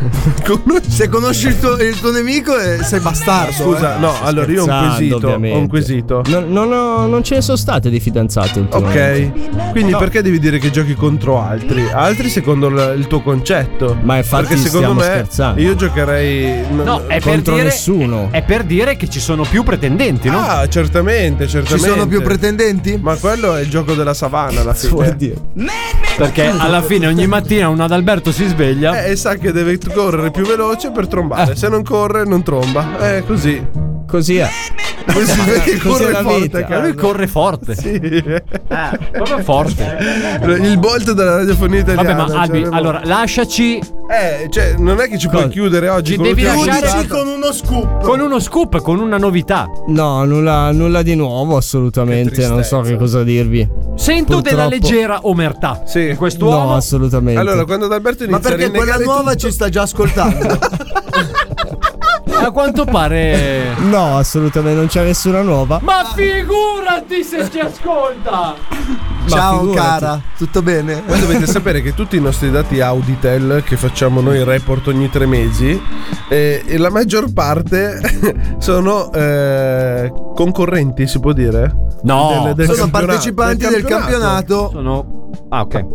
Conosci- Se conosci il tuo, il tuo nemico eh, sei bastardo. Scusa, eh. no, allora io ho un Scherzando, quesito. Ho un ovviamente. quesito. Non, non ho- non ce ne sono state di fidanzate. ultimamente. Ok, quindi perché devi dire che giochi contro altri? Altri secondo l- il tuo concetto. Ma infatti perché secondo stiamo me scherzando. io giocherei n- No, è per Contro dire, nessuno. È per dire che ci sono più pretendenti, no? Ah, certamente, Ci certamente. sono più pretendenti? Ma quello è il gioco della savana alla fine. Vuol dire. Perché alla fine ogni mattina un Adalberto si sveglia. Eh, e sa che deve correre più veloce per Eh. trombare. Se non corre, non tromba. È così. Così è. Poi si vede Così è che corre la forte, vita. Ma Cioè, lui Carlo. corre forte. Proprio Eh, forte. Il bolt della radiofonia Vabbè, italiana. ma cioè, Albi, abbiamo- allora lasciaci Eh, cioè, non è che ci puoi Cosa? chiudere oggi. Ci con devi l'ultima lasciare- puntata. con uno scoop. con uno scoop, con una novità. eh. No, nulla, nulla di nuovo, assolutamente. Non so che cosa dirvi. Sento della Purtroppo- leggera omertà. Sì. di No, Quest'uomo. assolutamente. Allora, quando Adalberto inizia Ma perché a quella rinnegare nuova ci sta già ascoltando? a quanto pare. No, assolutamente, non c'è nessuna nuova. Ma figurati se ci ascolta! Ciao figurati. cara, tutto bene? Voi dovete sapere che tutti i nostri dati Auditel che facciamo noi report ogni tre mesi, eh, e la maggior parte sono eh, concorrenti, si può dire? No, Sono campionato- partecipanti del campionato. sono. Ah, ok.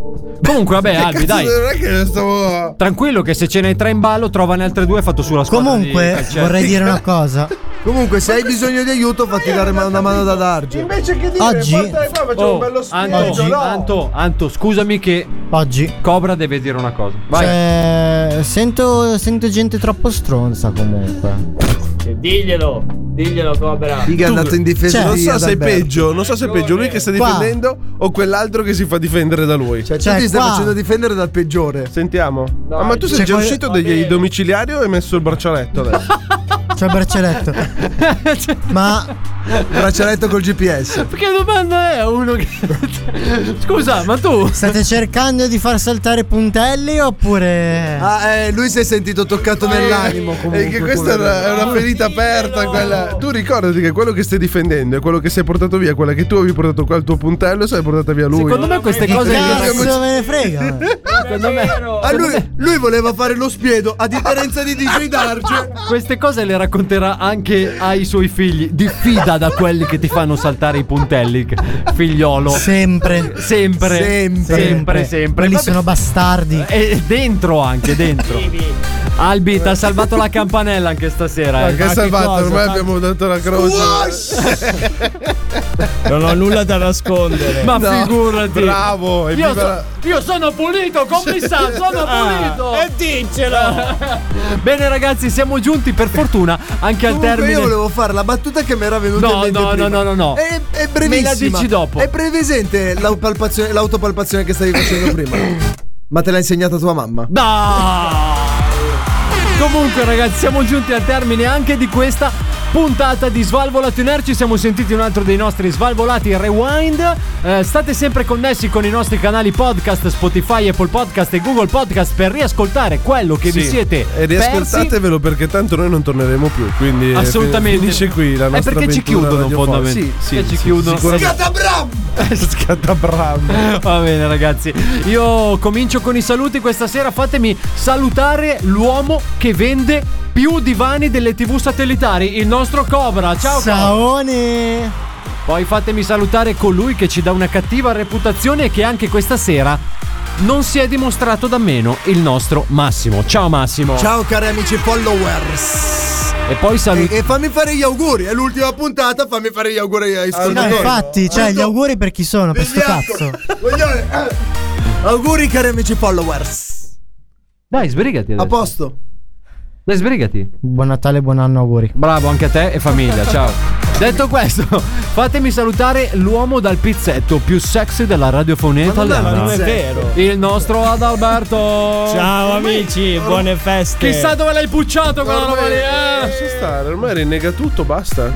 Comunque, vabbè, Albi, dai. Non è che stavo. Tranquillo che se ce n'hai tre in ballo, trovane altre due fatto sulla squadra. di Comunque, calcetto. vorrei dire una cosa. Comunque, se hai bisogno di aiuto, fatti dare ma- una mano da darci. Invece che dire, Oggi- portare qua, facciamo Oh, un bello Anto, spiedo, no? Anto, Anto, scusami che Oggi. Cobra deve dire una cosa. Vai. Cioè, sento, sento gente troppo stronza comunque. Diglielo, diglielo, Cobra. Figa è andato in Cioè, difesa di Non so se è Adalberto. peggio, non so se è peggio lui che sta Qua. difendendo o quell'altro che si fa difendere da lui. Cioè, tu Cioè, ti stai qua- facendo difendere dal peggiore. Sentiamo. Ah, ma tu sei C'è già qual- uscito dagli domiciliari o hai messo il braccialetto adesso? C'è il braccialetto. Cioè, Ma braccialetto col GPS. Che domanda è a uno che. Scusa, ma tu. State cercando di far saltare puntelli oppure. Ah, eh, lui si è sentito toccato nell'animo. E Eh, che questa è una, è una ferita aperta. quella- Tu ricordati che quello che stai difendendo è quello che si è portato via, quella che tu avevi portato qua al tuo puntello e se l'hai portata via lui. Secondo me queste cose- Cazzo me ne frega. Ah, lui, lui voleva fare lo spiedo, a differenza di DJ Darge. Queste cose le racconterà anche ai suoi figli. Diffida da quelli che ti fanno saltare i puntelli, che- figliolo. Sempre. Sempre. Sempre. Sempre. Quelli Vabbè. sono bastardi. E dentro anche, dentro. Albi, ti ha salvato la campanella anche stasera. Ma eh. che salvato, cosa? ormai abbiamo dato la croce. Non ho nulla da nascondere. Ma figurati. Bravo, e Io, viva so- la- io sono pulito, commissario, sono pulito. Ah, E diccelo. Bene ragazzi, siamo giunti per fortuna anche al Comunque termine. Io volevo fare la battuta che mi era venuta No, in mente no, prima. no, no, no, no. È, è Me la brevissima. dici dopo. È presente la palpazione- l'autopalpazione che stavi facendo prima. Ma te l'ha insegnata tua mamma? Comunque, ragazzi, siamo giunti al termine anche di questa puntata di Svalvolati on Air. Ci siamo sentiti un altro dei nostri Svalvolati Rewind. Eh, state sempre connessi con i nostri canali podcast, Spotify, Apple Podcast e Google Podcast per riascoltare quello che vi Sì. siete E riascoltatevelo perché tanto noi non torneremo più. Quindi eh, persi. Assolutamente. Finisce qui la È nostra perché ci avventura chiudono radiofonica. fondamentalmente. Sì, sì, Perché ci sì, chiudono. sicuramente. Scatabram. Va bene ragazzi, io comincio con i saluti questa sera, fatemi salutare l'uomo che vende più divani delle tv satellitari, il nostro Cobra, ciao Cobra. Poi fatemi salutare colui che ci dà una cattiva reputazione e che anche questa sera non si è dimostrato da meno, il nostro Massimo, ciao Massimo. Ciao cari amici followers. E poi E, saluti... e fammi fare gli auguri, è l'ultima puntata, fammi fare gli auguri ai No, ascoltatori. infatti, cioè, gli auguri per chi sono, per sto cazzo. Coglione, eh. Auguri cari amici followers. Dai, sbrigati. A Adesso. posto. Dai, sbrigati. Buon Natale, buon anno, auguri. Bravo anche a te e famiglia, ciao. Detto questo, fatemi salutare l'uomo dal pizzetto più sexy della radiofonia Ma non è italiana. un pizzetto. Il nostro Adalberto. Ciao amici, buone feste. Chissà dove l'hai pucciato quella roba lì, eh. Lascia stare, ormai rinnega tutto, basta.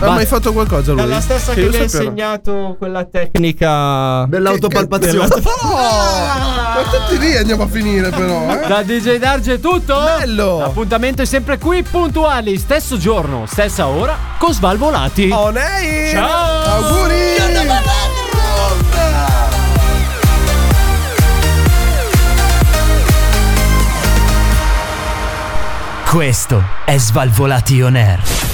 Ha mai fatto qualcosa lui? È la stessa che, io mi ha sappia no. insegnato quella tecnica dell'autopalpazione. Ma tutti lì andiamo a finire però, eh. Da DJ Darge è tutto. Bello. L'appuntamento è sempre qui, puntuali, stesso giorno, stessa ora, con Svalvolati. Oh. On air. Ciao. Questo è Svalvolati on Air.